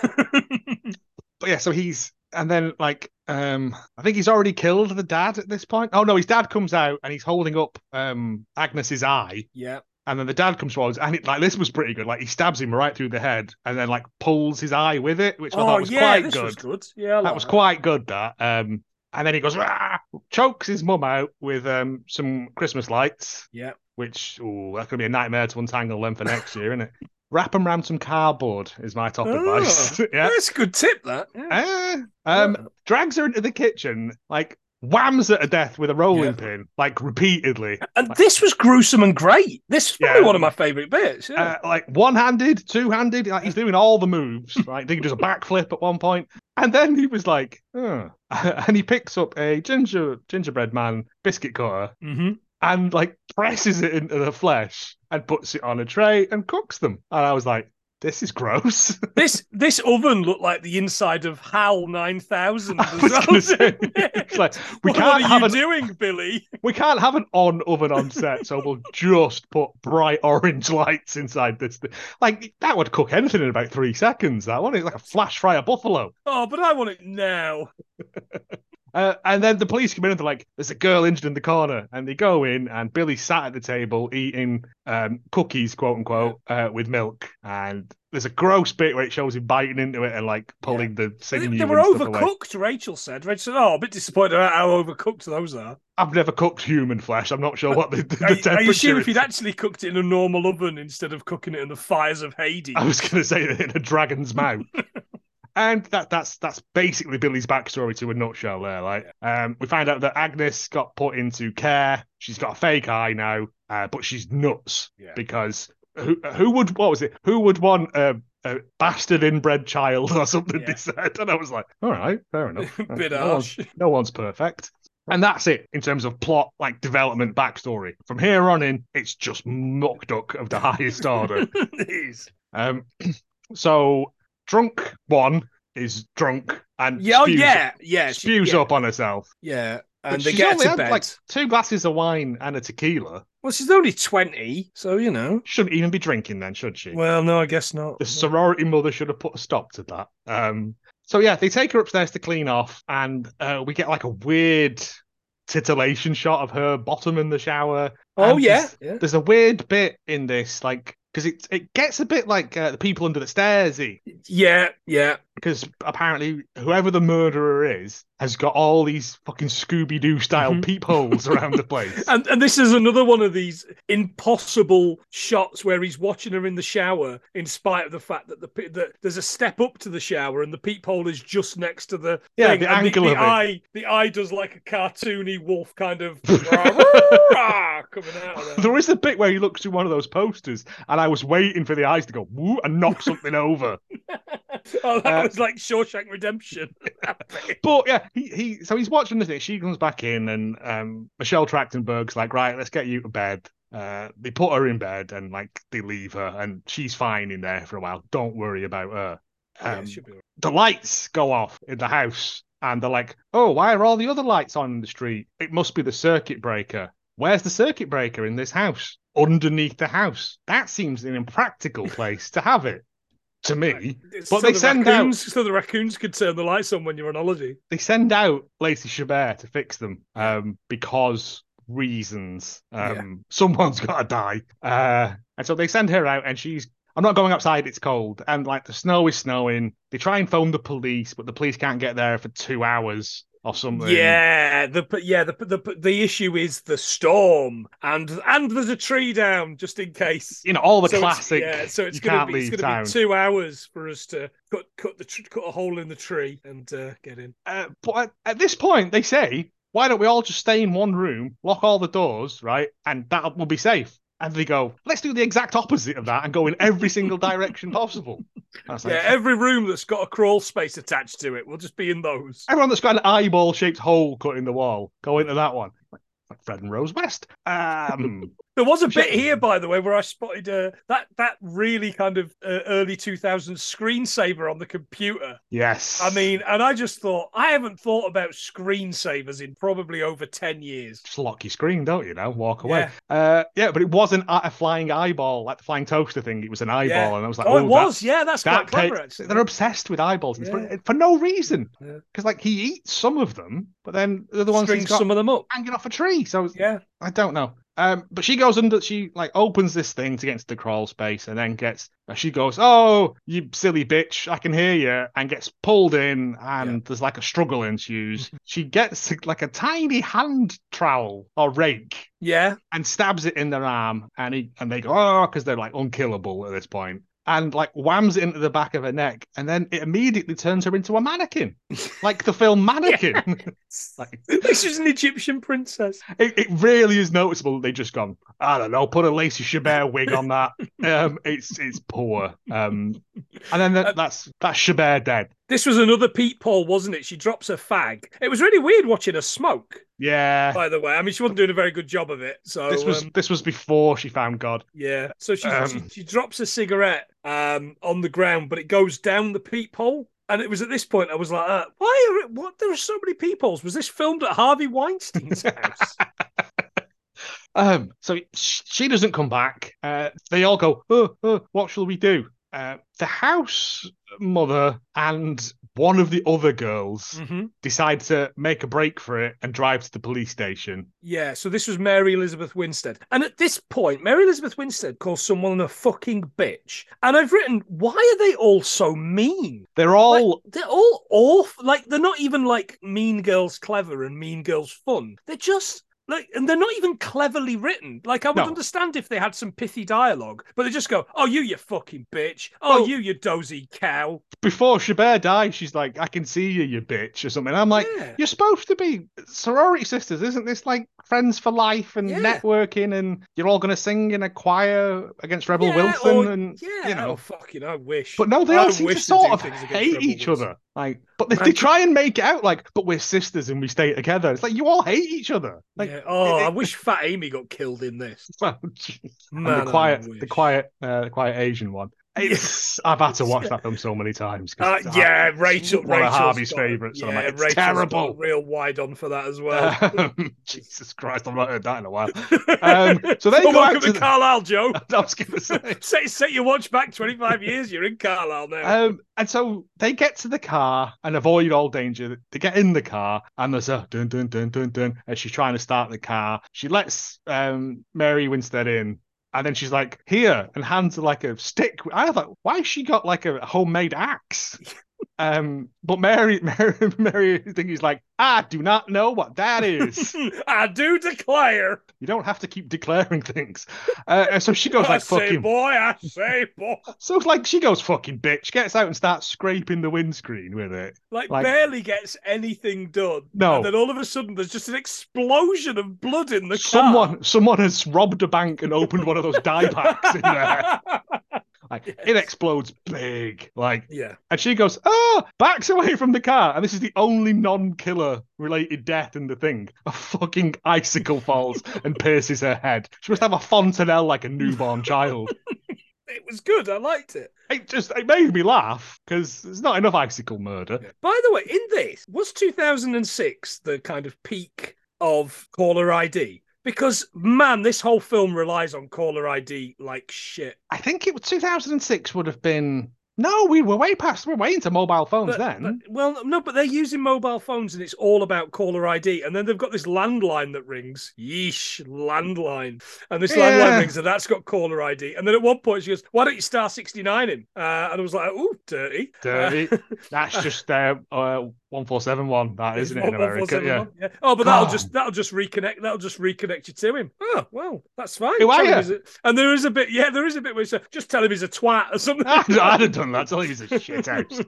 [SPEAKER 1] but yeah, so he's and then like um I think he's already killed the dad at this point. Oh no, his dad comes out and he's holding up um Agnes's eye,
[SPEAKER 2] yeah.
[SPEAKER 1] and then the dad comes forward and it like this was pretty good. Like he stabs him right through the head and then like pulls his eye with it, which I
[SPEAKER 2] Oh,
[SPEAKER 1] thought was
[SPEAKER 2] yeah.
[SPEAKER 1] quite
[SPEAKER 2] this
[SPEAKER 1] good.
[SPEAKER 2] was good. Yeah, I
[SPEAKER 1] that
[SPEAKER 2] like
[SPEAKER 1] was quite good. That um. And then he goes, "Rah!" chokes his mum out with um, some Christmas lights.
[SPEAKER 2] Yeah.
[SPEAKER 1] Which, ooh, that could be a nightmare to untangle them for next year, isn't it? (laughs) Wrap them around some cardboard is my top
[SPEAKER 2] Oh.
[SPEAKER 1] advice. (laughs)
[SPEAKER 2] (laughs)
[SPEAKER 1] yeah.
[SPEAKER 2] That's a good tip. That. Yeah.
[SPEAKER 1] Ah. um, drags her into the kitchen, like whams her to death with a rolling
[SPEAKER 2] Yeah.
[SPEAKER 1] pin, like repeatedly,
[SPEAKER 2] And this was gruesome and great. This is probably
[SPEAKER 1] Yeah.
[SPEAKER 2] one of my favourite bits. Yeah.
[SPEAKER 1] uh, like one-handed, two-handed. Like he's doing all the
[SPEAKER 2] (laughs)
[SPEAKER 1] moves. Like he does a backflip at one point, and then he was like, "Huh." (laughs) and he picks up a ginger gingerbread man biscuit cutter
[SPEAKER 2] Mhm.
[SPEAKER 1] (laughs) and like presses it into the flesh and puts it on a tray and cooks them. And I was like, "This is gross." (laughs)
[SPEAKER 2] This this oven looked like the inside of HAL 9000.
[SPEAKER 1] I was gonna
[SPEAKER 2] (laughs)
[SPEAKER 1] say, it's like we
[SPEAKER 2] what
[SPEAKER 1] can't
[SPEAKER 2] are
[SPEAKER 1] have
[SPEAKER 2] you
[SPEAKER 1] an
[SPEAKER 2] doing, Billy?
[SPEAKER 1] we can't have an on oven on set, so we'll just put bright orange (laughs) lights inside this thing. Like that would cook anything in about three seconds. That one, it's like a flash fry of buffalo.
[SPEAKER 2] Oh, but I want it now.
[SPEAKER 1] Uh, and then the police come in and they're like, "There's a girl injured in the corner," and they go in, and Billy sat at the table eating um, cookies, quote unquote, uh, with milk. And there's a gross bit where it shows him biting into it and like pulling the
[SPEAKER 2] They,
[SPEAKER 1] sinew.
[SPEAKER 2] they were
[SPEAKER 1] and stuff away.
[SPEAKER 2] overcooked, Rachel said. Rachel said, Oh, a bit disappointed about how overcooked those are.
[SPEAKER 1] I've never cooked human flesh. I'm not sure what the, (laughs) the, the
[SPEAKER 2] Are you-
[SPEAKER 1] temperature
[SPEAKER 2] Are you sure
[SPEAKER 1] is.
[SPEAKER 2] if he'd actually cooked it in a normal oven instead of cooking it in the fires of Hades? (laughs)
[SPEAKER 1] I was going to say that in a dragon's mouth. And that, that's that's basically Billy's backstory to a nutshell. There, like, um, we find out that Agnes got put into care. She's got a fake eye now, uh, but she's nuts
[SPEAKER 2] Yeah.
[SPEAKER 1] because who, who would what was it? Who would want a, a bastard inbred child or something?
[SPEAKER 2] Yeah.
[SPEAKER 1] They said, (laughs) and I was like, all right, fair
[SPEAKER 2] (laughs)
[SPEAKER 1] enough.
[SPEAKER 2] Bit
[SPEAKER 1] no,
[SPEAKER 2] harsh.
[SPEAKER 1] one's, no one's perfect. And that's it in terms of plot, like development, backstory. From here on in, it's just muck duck of the highest order.
[SPEAKER 2] it is.
[SPEAKER 1] Um, (clears throat) so drunk one is drunk and
[SPEAKER 2] (laughs) Yeah, oh,
[SPEAKER 1] spews,
[SPEAKER 2] yeah, yeah. she-
[SPEAKER 1] spews
[SPEAKER 2] yeah,
[SPEAKER 1] up on herself.
[SPEAKER 2] Yeah,
[SPEAKER 1] But
[SPEAKER 2] and they
[SPEAKER 1] she's
[SPEAKER 2] get
[SPEAKER 1] only
[SPEAKER 2] to
[SPEAKER 1] had,
[SPEAKER 2] bed.
[SPEAKER 1] like two glasses of wine and a tequila.
[SPEAKER 2] Well, she's only twenty, so you know.
[SPEAKER 1] Shouldn't even be drinking then, should she?
[SPEAKER 2] Well, no, I guess not.
[SPEAKER 1] the sorority mother should have put a stop to that. Um, so yeah, they take her upstairs to clean off, and uh, we get like a weird titillation shot of her bottom in the shower.
[SPEAKER 2] oh
[SPEAKER 1] And
[SPEAKER 2] yeah,
[SPEAKER 1] there's-
[SPEAKER 2] yeah.
[SPEAKER 1] There's a weird bit in this, like because it it gets a bit like uh, the people under the stairsy,
[SPEAKER 2] yeah, yeah.
[SPEAKER 1] because apparently whoever the murderer is has got all these fucking Scooby Doo style
[SPEAKER 2] Mhm.
[SPEAKER 1] peepholes around the place.
[SPEAKER 2] (laughs) And and this is another one of these impossible shots where he's watching her in the shower, in spite of the fact that the pe- that there's a step up to the shower and the peephole is just next to the
[SPEAKER 1] Yeah,
[SPEAKER 2] thing,
[SPEAKER 1] the
[SPEAKER 2] and
[SPEAKER 1] angle
[SPEAKER 2] the,
[SPEAKER 1] of it.
[SPEAKER 2] eye the eye does like a cartoony wolf kind
[SPEAKER 1] (laughs)
[SPEAKER 2] of rah, rah, rah, coming out of there. (laughs)
[SPEAKER 1] There is a bit where he looks through one of those posters, and I was waiting for the eyes to go woo and
[SPEAKER 2] (laughs)
[SPEAKER 1] knock something over.
[SPEAKER 2] oh, that
[SPEAKER 1] Uh,
[SPEAKER 2] was like Shawshank Redemption. (laughs)
[SPEAKER 1] But yeah, he, he so he's watching this. She comes back in, and um, Michelle Trachtenberg's like, "Right, let's get you to bed." Uh, they put her in bed, and like they leave her, and she's fine in there for a while. Don't worry about her.
[SPEAKER 2] Oh, Yeah,
[SPEAKER 1] Um,
[SPEAKER 2] it should be all right.
[SPEAKER 1] the lights go off in the house, and they're like, "Oh, why are all the other lights on in the street? It must be the circuit breaker. Where's the circuit breaker in this house? Underneath the house. That seems an impractical place to have it." To me,
[SPEAKER 2] It's
[SPEAKER 1] but
[SPEAKER 2] so
[SPEAKER 1] they
[SPEAKER 2] the
[SPEAKER 1] send out-
[SPEAKER 2] raccoons, so the raccoons could turn the lights on when you're on holiday.
[SPEAKER 1] they send out Lacey Chabert to fix them um, because reasons. Um,
[SPEAKER 2] Yeah.
[SPEAKER 1] Someone's (laughs) got to die. Uh, and so they send her out, and she's, I'm not going outside, it's cold. And like the snow is snowing. They try and phone the police, but the police can't get there for two hours or something.
[SPEAKER 2] Yeah, the but yeah the, the the issue is the storm and and there's a tree down just in case.
[SPEAKER 1] You know, all the
[SPEAKER 2] So it's-
[SPEAKER 1] classic.
[SPEAKER 2] yeah, so it's
[SPEAKER 1] you
[SPEAKER 2] gonna
[SPEAKER 1] can't
[SPEAKER 2] be it's
[SPEAKER 1] leave
[SPEAKER 2] gonna
[SPEAKER 1] town.
[SPEAKER 2] be two hours for us to cut cut the tr- cut a hole in the tree and uh, get in.
[SPEAKER 1] Uh, but at, at this point, they say, why don't we all just stay in one room, lock all the doors, right? And that will be safe. And they go, let's do the exact opposite of that and go in every single direction possible. I was like,
[SPEAKER 2] Yeah, every room that's got a crawl space attached to it, we'll just be in those.
[SPEAKER 1] everyone that's got an eyeball shaped hole cut in the wall, go into that one. Like Fred and Rose West.
[SPEAKER 2] (laughs)
[SPEAKER 1] Um,
[SPEAKER 2] There was a
[SPEAKER 1] Shit.
[SPEAKER 2] bit here, by the way, where I spotted uh, that that really kind of uh, early 2000s screensaver on the computer.
[SPEAKER 1] yes.
[SPEAKER 2] I mean, and I just thought I haven't thought about screensavers in probably over ten years.
[SPEAKER 1] just lock your screen, don't you? Now walk away. Uh, yeah, but it wasn't a a flying eyeball, like the flying toaster thing. It was an eyeball,
[SPEAKER 2] Yeah.
[SPEAKER 1] and I was like,
[SPEAKER 2] Oh, it
[SPEAKER 1] that-
[SPEAKER 2] was. yeah, that's quite
[SPEAKER 1] that
[SPEAKER 2] clever.
[SPEAKER 1] takes-
[SPEAKER 2] actually.
[SPEAKER 1] they're obsessed with eyeballs and
[SPEAKER 2] Yeah.
[SPEAKER 1] for, for no reason
[SPEAKER 2] Yeah.
[SPEAKER 1] because like he eats some of them but then the other ones
[SPEAKER 2] String
[SPEAKER 1] he's got
[SPEAKER 2] some of them up.
[SPEAKER 1] hanging off a tree so it's-
[SPEAKER 2] Yeah,
[SPEAKER 1] i don't know um but she goes under she like opens this thing to get into the crawl space and then gets and she goes oh you silly bitch i can hear you and gets pulled in and there's like a struggle ensues
[SPEAKER 2] Mm-hmm.
[SPEAKER 1] she gets like a tiny hand trowel or rake
[SPEAKER 2] yeah.
[SPEAKER 1] and stabs it in their arm, and he and they go oh because they're like unkillable at this point, and like whams it into the back of her neck, and then it immediately turns her into a mannequin, like the film Mannequin. like
[SPEAKER 2] (laughs) this is an Egyptian princess.
[SPEAKER 1] (laughs) it, it really is noticeable that they just gone. I don't know, put a Lacey Chabert wig on that. Um, it's it's poor. Um, and then that, that's that's Chabert dead.
[SPEAKER 2] This was another Pete Paul, wasn't it? She drops her fag. It was really weird watching her smoke.
[SPEAKER 1] Yeah.
[SPEAKER 2] By the way, I mean she wasn't doing a very good job of it. So
[SPEAKER 1] This was
[SPEAKER 2] um,
[SPEAKER 1] this was before she found God.
[SPEAKER 2] yeah. So she, she
[SPEAKER 1] um,
[SPEAKER 2] she drops a cigarette um on the ground, but it goes down the peephole. And it was at this point I was like, uh, why are it, what? There are so many peepholes. Was this filmed at Harvey Weinstein's house?
[SPEAKER 1] Um, so sh- she doesn't come back. Uh, they all go, oh, oh, what shall we do? Uh, the house mother and one of the other girls
[SPEAKER 2] Mhm.
[SPEAKER 1] decide to make a break for it and drive to the police station.
[SPEAKER 2] Yeah, so this was Mary Elizabeth Winstead. And at this point, Mary Elizabeth Winstead calls someone a fucking bitch. And I've written, why are they all so mean?
[SPEAKER 1] They're all
[SPEAKER 2] They're all awful. Like, they're not even like mean girls clever and mean girls fun. They're just like, and they're not even cleverly written. Like, I would
[SPEAKER 1] No.
[SPEAKER 2] understand if they had some pithy dialogue, but they just go, oh, you, you fucking bitch. Oh,
[SPEAKER 1] Well-
[SPEAKER 2] you, you dozy cow.
[SPEAKER 1] before Chabert dies. She's like, "I can see you, you bitch," or something. I'm like,
[SPEAKER 2] yeah.
[SPEAKER 1] "You're supposed to be sorority sisters, isn't this like friends for life and
[SPEAKER 2] Yeah.
[SPEAKER 1] networking, and you're all going to sing in a choir against Rebel
[SPEAKER 2] Yeah,
[SPEAKER 1] Wilson,
[SPEAKER 2] or-
[SPEAKER 1] and
[SPEAKER 2] Yeah,
[SPEAKER 1] you know.
[SPEAKER 2] oh, fucking, I wish.
[SPEAKER 1] But no, they
[SPEAKER 2] I
[SPEAKER 1] all seem to
[SPEAKER 2] wish to
[SPEAKER 1] sort
[SPEAKER 2] do
[SPEAKER 1] of
[SPEAKER 2] things against
[SPEAKER 1] hate
[SPEAKER 2] Rebel
[SPEAKER 1] each
[SPEAKER 2] Wilson.
[SPEAKER 1] other. Like, but they, they
[SPEAKER 2] Man-
[SPEAKER 1] try and make it out like, but we're sisters and we stay together. It's like you all hate each other. Like,
[SPEAKER 2] yeah. Oh,
[SPEAKER 1] it-
[SPEAKER 2] I wish Fat Amy got killed in this.
[SPEAKER 1] (laughs) well, gee. And
[SPEAKER 2] Man, I
[SPEAKER 1] the quiet, the
[SPEAKER 2] wish.
[SPEAKER 1] quiet, uh, the quiet Asian one. It's, I've had to watch that film so many times. 'cause
[SPEAKER 2] Uh,
[SPEAKER 1] it's-
[SPEAKER 2] yeah,
[SPEAKER 1] it's
[SPEAKER 2] Rachel.
[SPEAKER 1] One
[SPEAKER 2] Rachel's
[SPEAKER 1] of Harvey's
[SPEAKER 2] got a-
[SPEAKER 1] favourites. and I'm
[SPEAKER 2] Yeah,
[SPEAKER 1] like, it's
[SPEAKER 2] Rachel's got a
[SPEAKER 1] terrible.
[SPEAKER 2] real wide on for that as well.
[SPEAKER 1] Um, Jesus Christ, I've not heard that in a
[SPEAKER 2] (laughs)
[SPEAKER 1] while. (laughs) Um, so they
[SPEAKER 2] Oh,
[SPEAKER 1] go out
[SPEAKER 2] welcome
[SPEAKER 1] to
[SPEAKER 2] to
[SPEAKER 1] the-
[SPEAKER 2] Carlisle, Joe.
[SPEAKER 1] (laughs)
[SPEAKER 2] (laughs)
[SPEAKER 1] I was going to say.
[SPEAKER 2] set, set your watch back 25 years. You're in Carlisle now.
[SPEAKER 1] Um, and so they get to the car and avoid all danger. They get in the car and there's a dun dun dun dun dun, and she's trying to start the car. She lets um Mary Winstead in, and then she's like, "Here," and hands her like a stick. I thought, why has she got like a homemade axe? um, but Mary, (laughs) Mary, Mary, thing is like, "I do not know what that
[SPEAKER 2] (laughs)
[SPEAKER 1] is."
[SPEAKER 2] I
[SPEAKER 1] (laughs)
[SPEAKER 2] do declare.
[SPEAKER 1] you don't have to keep declaring things. Uh, and so she
[SPEAKER 2] (laughs)
[SPEAKER 1] goes
[SPEAKER 2] I
[SPEAKER 1] like,
[SPEAKER 2] say,
[SPEAKER 1] "Fucking."
[SPEAKER 2] boy, I say,
[SPEAKER 1] (laughs)
[SPEAKER 2] boy.
[SPEAKER 1] So like she goes fucking bitch, gets out and starts scraping the windscreen with it.
[SPEAKER 2] Like,
[SPEAKER 1] Like- Oh.
[SPEAKER 2] barely gets anything done.
[SPEAKER 1] No.
[SPEAKER 2] And then all of a sudden, there's just an explosion of blood in the
[SPEAKER 1] someone
[SPEAKER 2] car.
[SPEAKER 1] someone has robbed a bank and opened one of those
[SPEAKER 2] (laughs)
[SPEAKER 1] die (laughs) packs in there. Like it
[SPEAKER 2] Yes.
[SPEAKER 1] explodes big. Like
[SPEAKER 2] (laughs) yeah.
[SPEAKER 1] and she goes, ah, backs away from the car. And this is the only non-killer related death in the thing. A fucking icicle falls and pierces her head. She must have a fontanelle like a
[SPEAKER 2] (laughs)
[SPEAKER 1] newborn child.
[SPEAKER 2] It was good. I liked it.
[SPEAKER 1] It just it made me laugh because there's not enough icicle murder.
[SPEAKER 2] By the way, in this, was 2006 the kind of peak of caller ID? Because, man, this whole film relies on caller ID like shit.
[SPEAKER 1] I think it was 2006 would have been. No, we were way past. We're way into mobile phones
[SPEAKER 2] But-
[SPEAKER 1] then.
[SPEAKER 2] but- well, no, but they're using mobile phones and it's all about caller ID. And then they've got this landline that rings. Yeesh, landline. And this
[SPEAKER 1] Yeah.
[SPEAKER 2] landline rings and that's got caller ID. And then at one point she goes, why don't you star 69 him? Uh, and I was like, ooh, dirty.
[SPEAKER 1] Dirty. That's just uh, uh, one four seven one. That isn't it in America? Yeah.
[SPEAKER 2] 1471, Oh, but that'll
[SPEAKER 1] God.
[SPEAKER 2] just that'll just reconnect. That'll just reconnect you to him. Oh, well, that's fine.
[SPEAKER 1] Who are
[SPEAKER 2] Tell him
[SPEAKER 1] you?
[SPEAKER 2] he's a- and there is a bit. Yeah, there is a bit where it's a, just tell him he's a twat or something.
[SPEAKER 1] (laughs) I'd, I'd have done that. Tell you he's a shit house.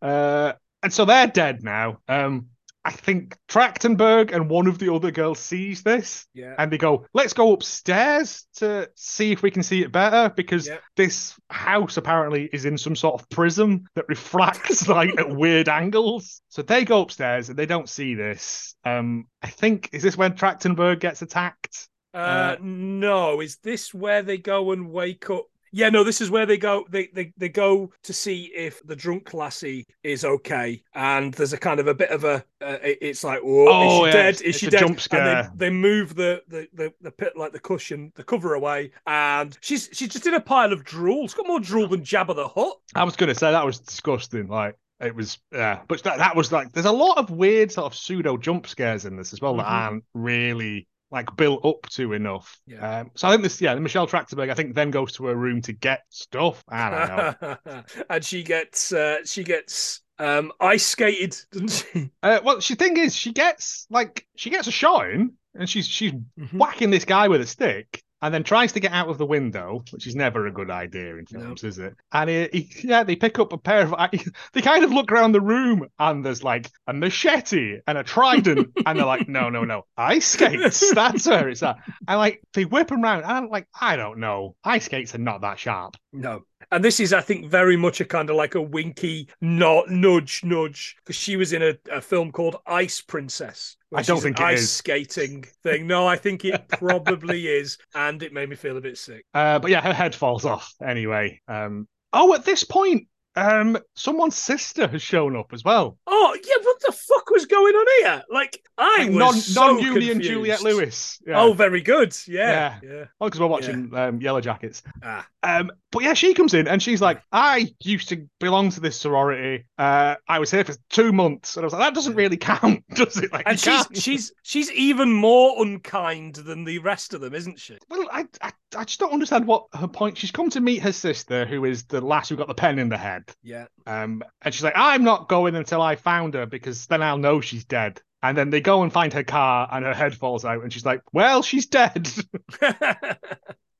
[SPEAKER 1] Uh, and so they're dead now. Um, I think Trachtenberg and one of the other girls sees this
[SPEAKER 2] yeah.
[SPEAKER 1] and they go, "Let's go upstairs to see if we can see it better because
[SPEAKER 2] Yeah.
[SPEAKER 1] this house apparently is in some sort of prism that refracts (laughs) like at weird angles." So they go upstairs and they don't see this. Um, I think is this when Trachtenberg gets attacked?
[SPEAKER 2] Uh,
[SPEAKER 1] Uh,
[SPEAKER 2] no, is this where they go and wake up? Yeah, no, this is where they go. They, they they go to see if the drunk lassie is okay, and there's a kind of a bit of a. Uh, it- it's like, whoa,
[SPEAKER 1] Oh,
[SPEAKER 2] is
[SPEAKER 1] yeah,
[SPEAKER 2] she dead?
[SPEAKER 1] it's-
[SPEAKER 2] Is
[SPEAKER 1] it's
[SPEAKER 2] she
[SPEAKER 1] a
[SPEAKER 2] dead?
[SPEAKER 1] jump
[SPEAKER 2] And
[SPEAKER 1] scare.
[SPEAKER 2] they, they move the, the the the pit like the cushion, the cover away, and she's she's just in a pile of drool. She's got more drool than Jabba the Hutt.
[SPEAKER 1] I was going to say that was disgusting. Like it was, yeah. But that that was like, there's a lot of weird sort of pseudo jump scares in this as well
[SPEAKER 2] Mhm.
[SPEAKER 1] that aren't really like built up to enough.
[SPEAKER 2] Yeah.
[SPEAKER 1] Um, so I think this, yeah, Michelle Trachtenberg, I think then goes to her room to get stuff. I don't
[SPEAKER 2] (laughs)
[SPEAKER 1] know.
[SPEAKER 2] and she gets uh, she gets um ice skated, doesn't she?
[SPEAKER 1] uh, well, she thing is, she gets like she gets a shot in, and she's she's
[SPEAKER 2] Mm.
[SPEAKER 1] whacking this guy with a stick. And then tries to get out of the window, which is never a good idea in
[SPEAKER 2] No.
[SPEAKER 1] films, is it? And he, he- yeah, they pick up a pair of. (laughs) They kind of look around the room, and there's like a machete and a trident, and they're like, "No, no, no, ice skates. That's where it's at." And like they whip them round, and I'm like, "I don't know, ice skates are not that sharp."
[SPEAKER 2] No. And this is, I think, very much a kind of like a winky, not nudge, nudge, because she was in a, a film called Ice Princess. where
[SPEAKER 1] I don't
[SPEAKER 2] she's
[SPEAKER 1] think
[SPEAKER 2] an
[SPEAKER 1] it
[SPEAKER 2] ice
[SPEAKER 1] is.
[SPEAKER 2] skating thing. No, I
[SPEAKER 1] (laughs)
[SPEAKER 2] think it probably is, and it made me feel a bit sick.
[SPEAKER 1] Uh, but yeah, her head falls off anyway. Um, oh, at this point, um, someone's sister has shown up as well.
[SPEAKER 2] Oh yeah, what the fuck was going on here? Like I was
[SPEAKER 1] non
[SPEAKER 2] so
[SPEAKER 1] union
[SPEAKER 2] confused.
[SPEAKER 1] Juliet Lewis. Yeah.
[SPEAKER 2] Oh, very good. Yeah, yeah.
[SPEAKER 1] Oh, because we're watching um, Yellow Jackets.
[SPEAKER 2] Ah.
[SPEAKER 1] Um, but yeah, she comes in and she's like, "I used to belong to this sorority. Uh, I was here for two months." And I was like, "That doesn't really count, (laughs) does it?" Like,
[SPEAKER 2] And
[SPEAKER 1] you
[SPEAKER 2] she's
[SPEAKER 1] can't-
[SPEAKER 2] she's she's even more unkind than the rest of them, isn't she?
[SPEAKER 1] well, I, I I just don't understand what her point. She's come to meet her sister, who is the lass who got the pen in the head.
[SPEAKER 2] (laughs) Yeah.
[SPEAKER 1] Um, and she's like, I'm not going until I found her because then I'll know she's dead. And then they go and find her car and her head falls out and she's like, Well, she's dead. (laughs)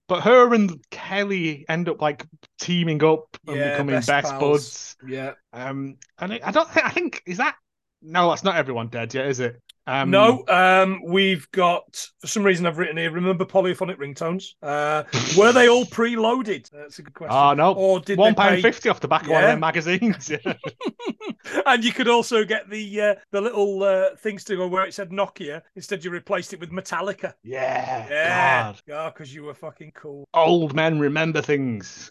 [SPEAKER 1] but her and Kelly end up like teaming up and
[SPEAKER 2] Yeah,
[SPEAKER 1] becoming
[SPEAKER 2] best
[SPEAKER 1] best,
[SPEAKER 2] pals.
[SPEAKER 1] buds.
[SPEAKER 2] yeah.
[SPEAKER 1] Um, and I I don't think I think is that no, that's not everyone dead yet, is it? Um,
[SPEAKER 2] no, um, we've got for some reason I've written here. Remember polyphonic ringtones? Uh, were
[SPEAKER 1] (laughs)
[SPEAKER 2] they all preloaded? Uh, That's a good question.
[SPEAKER 1] Oh no.
[SPEAKER 2] or did
[SPEAKER 1] One
[SPEAKER 2] they
[SPEAKER 1] pound
[SPEAKER 2] pay-
[SPEAKER 1] fifty off the back of one of
[SPEAKER 2] Yeah.
[SPEAKER 1] their magazines. (laughs) Yeah.
[SPEAKER 2] (laughs) and you could also get the uh, the little uh, things to go where it said Nokia. Instead, you replaced it with Metallica.
[SPEAKER 1] yeah. Oh,
[SPEAKER 2] Yeah,
[SPEAKER 1] God.
[SPEAKER 2] yeah, because you were fucking cool.
[SPEAKER 1] Old men remember things.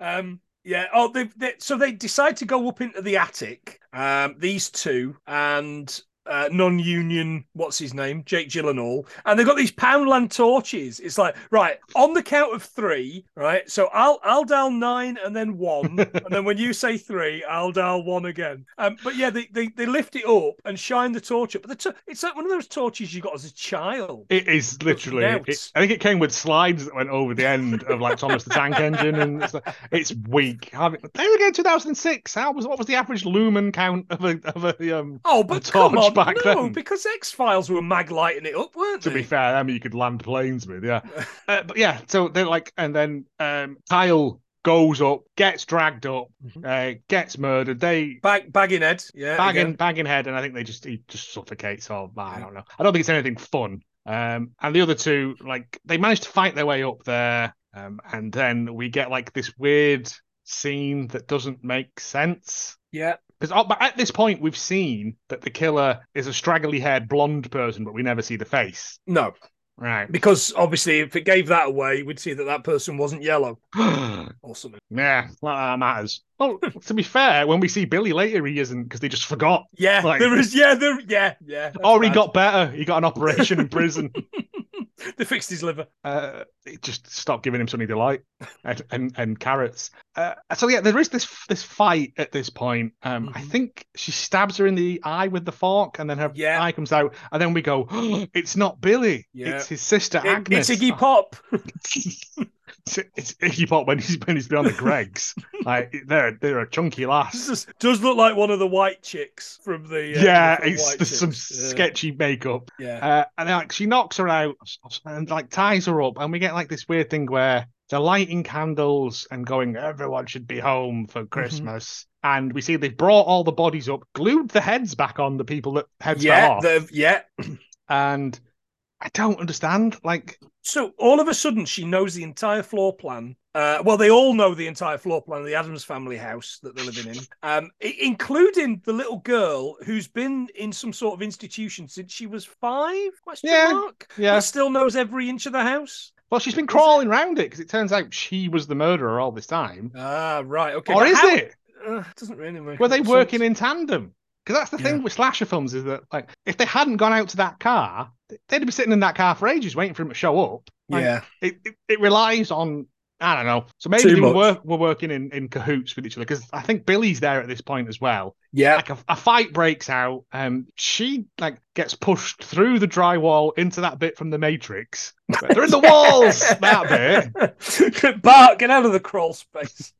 [SPEAKER 2] um, yeah. Oh, they, they so they decide to go up into the attic. Um, these two and uh, non-union. What's his name? Jake Gyllenhaal. And they've got these Poundland torches. It's like right on the count of three. Right. So I'll I'll dial nine and
[SPEAKER 1] (laughs)
[SPEAKER 2] then one, and then when you say three, I'll dial one again. Um, but yeah, they, they they lift it up and shine the torch up. But the to- it's like one of those torches you got as a child.
[SPEAKER 1] It is literally.
[SPEAKER 2] Fucking
[SPEAKER 1] It,
[SPEAKER 2] outs.
[SPEAKER 1] I think it came with slides that went over the end of like Thomas the Tank Engine, and it's, like, it's weak. Have it- They were again 2006. How was what was the average lumen count of a of a um?
[SPEAKER 2] Oh, but
[SPEAKER 1] A
[SPEAKER 2] come
[SPEAKER 1] torch
[SPEAKER 2] on,
[SPEAKER 1] back
[SPEAKER 2] no,
[SPEAKER 1] then.
[SPEAKER 2] because X Files were mag lighting it up, weren't
[SPEAKER 1] To
[SPEAKER 2] they?
[SPEAKER 1] be fair, I mean you could land planes with yeah, uh, but yeah. So they're like, and then um, Kyle goes up, gets dragged up, uh, gets murdered. They
[SPEAKER 2] Bag, bagging head. Yeah.
[SPEAKER 1] bagging
[SPEAKER 2] again.
[SPEAKER 1] bagging head, and I think they just he just suffocates. Or I don't know. I don't think it's anything fun. Um, and the other two, like they manage to fight their way up there, um, and then we get like this weird scene that doesn't make sense.
[SPEAKER 2] Yeah.
[SPEAKER 1] Because but at this point, we've seen that the killer is a straggly-haired blonde person, but we never see the face.
[SPEAKER 2] No,
[SPEAKER 1] Right.
[SPEAKER 2] because obviously, if it gave that away, we'd see that that person wasn't yellow
[SPEAKER 1] (sighs) yeah,
[SPEAKER 2] or something.
[SPEAKER 1] not that it matters. Well, to be fair, when we see Billy later, he isn't because they just forgot.
[SPEAKER 2] Yeah.
[SPEAKER 1] Like-
[SPEAKER 2] there is. Yeah. There. Yeah. Yeah. that's
[SPEAKER 1] or he
[SPEAKER 2] bad.
[SPEAKER 1] got better. He got an operation in prison.
[SPEAKER 2] (laughs)
[SPEAKER 1] (laughs)
[SPEAKER 2] They fixed his liver.
[SPEAKER 1] uh, it just stopped giving him Sunny Delight and and, and carrots. Uh, so yeah, there is this this fight at this point. Um, I
[SPEAKER 2] Mhm.
[SPEAKER 1] think she stabs her in the eye with the fork, and then her
[SPEAKER 2] Yeah.
[SPEAKER 1] eye comes out, and then we go, (gasps) "It's not Billy.
[SPEAKER 2] Yeah.
[SPEAKER 1] It's his sister
[SPEAKER 2] It-
[SPEAKER 1] Agnes."
[SPEAKER 2] it's Iggy Pop.
[SPEAKER 1] (laughs)
[SPEAKER 2] (laughs)
[SPEAKER 1] it's, it's Iggy Pop when he's when he's been on the
[SPEAKER 2] (laughs)
[SPEAKER 1] Gregs. like they're they're a chunky
[SPEAKER 2] This
[SPEAKER 1] lass.
[SPEAKER 2] is- does look like one of the white chicks from the.
[SPEAKER 1] Yeah,
[SPEAKER 2] Uh, from the
[SPEAKER 1] it's
[SPEAKER 2] White
[SPEAKER 1] there's some
[SPEAKER 2] Chicks. Yeah.
[SPEAKER 1] sketchy makeup.
[SPEAKER 2] Yeah.
[SPEAKER 1] Uh, and like she knocks her out and like ties her up, and we get like this weird thing where they're lighting candles and going, everyone should be home
[SPEAKER 2] Mm-hmm.
[SPEAKER 1] for Christmas. And we see they've brought all the bodies up, glued the heads back on the people that heads fell
[SPEAKER 2] Yeah.
[SPEAKER 1] off.
[SPEAKER 2] they've- Yeah.
[SPEAKER 1] And I don't understand. Like,
[SPEAKER 2] So all of a sudden, she knows the entire floor plan. Uh, well, they all know the entire floor plan of the Adams family house that they're living in, um, i- including the little girl who's been in some sort of institution since she was five. Question
[SPEAKER 1] Yeah,
[SPEAKER 2] mark.
[SPEAKER 1] yeah.
[SPEAKER 2] But still knows every inch of the house.
[SPEAKER 1] well, she's been crawling around it because it turns out she was the murderer all this time.
[SPEAKER 2] Ah, right. Okay.
[SPEAKER 1] or
[SPEAKER 2] but
[SPEAKER 1] is
[SPEAKER 2] how-
[SPEAKER 1] it?
[SPEAKER 2] Uh, doesn't really make.
[SPEAKER 1] Were they
[SPEAKER 2] much
[SPEAKER 1] working
[SPEAKER 2] sense.
[SPEAKER 1] in tandem? Because that's the
[SPEAKER 2] Yeah.
[SPEAKER 1] thing with slasher films is that like if they hadn't gone out to that car, they'd be sitting in that car for ages waiting for him to show up. Like,
[SPEAKER 2] Yeah.
[SPEAKER 1] it, it, it relies on I don't know. So maybe
[SPEAKER 2] Too
[SPEAKER 1] they
[SPEAKER 2] much.
[SPEAKER 1] were, were working in, in cahoots with each other because I think Billy's there at this point as well.
[SPEAKER 2] Yeah.
[SPEAKER 1] Like a, a fight breaks out, um, she like gets pushed through the drywall into that bit from the
[SPEAKER 2] (laughs)
[SPEAKER 1] Matrix. They're in the walls that bit,
[SPEAKER 2] (laughs) bit. Bart, get out of the crawl space.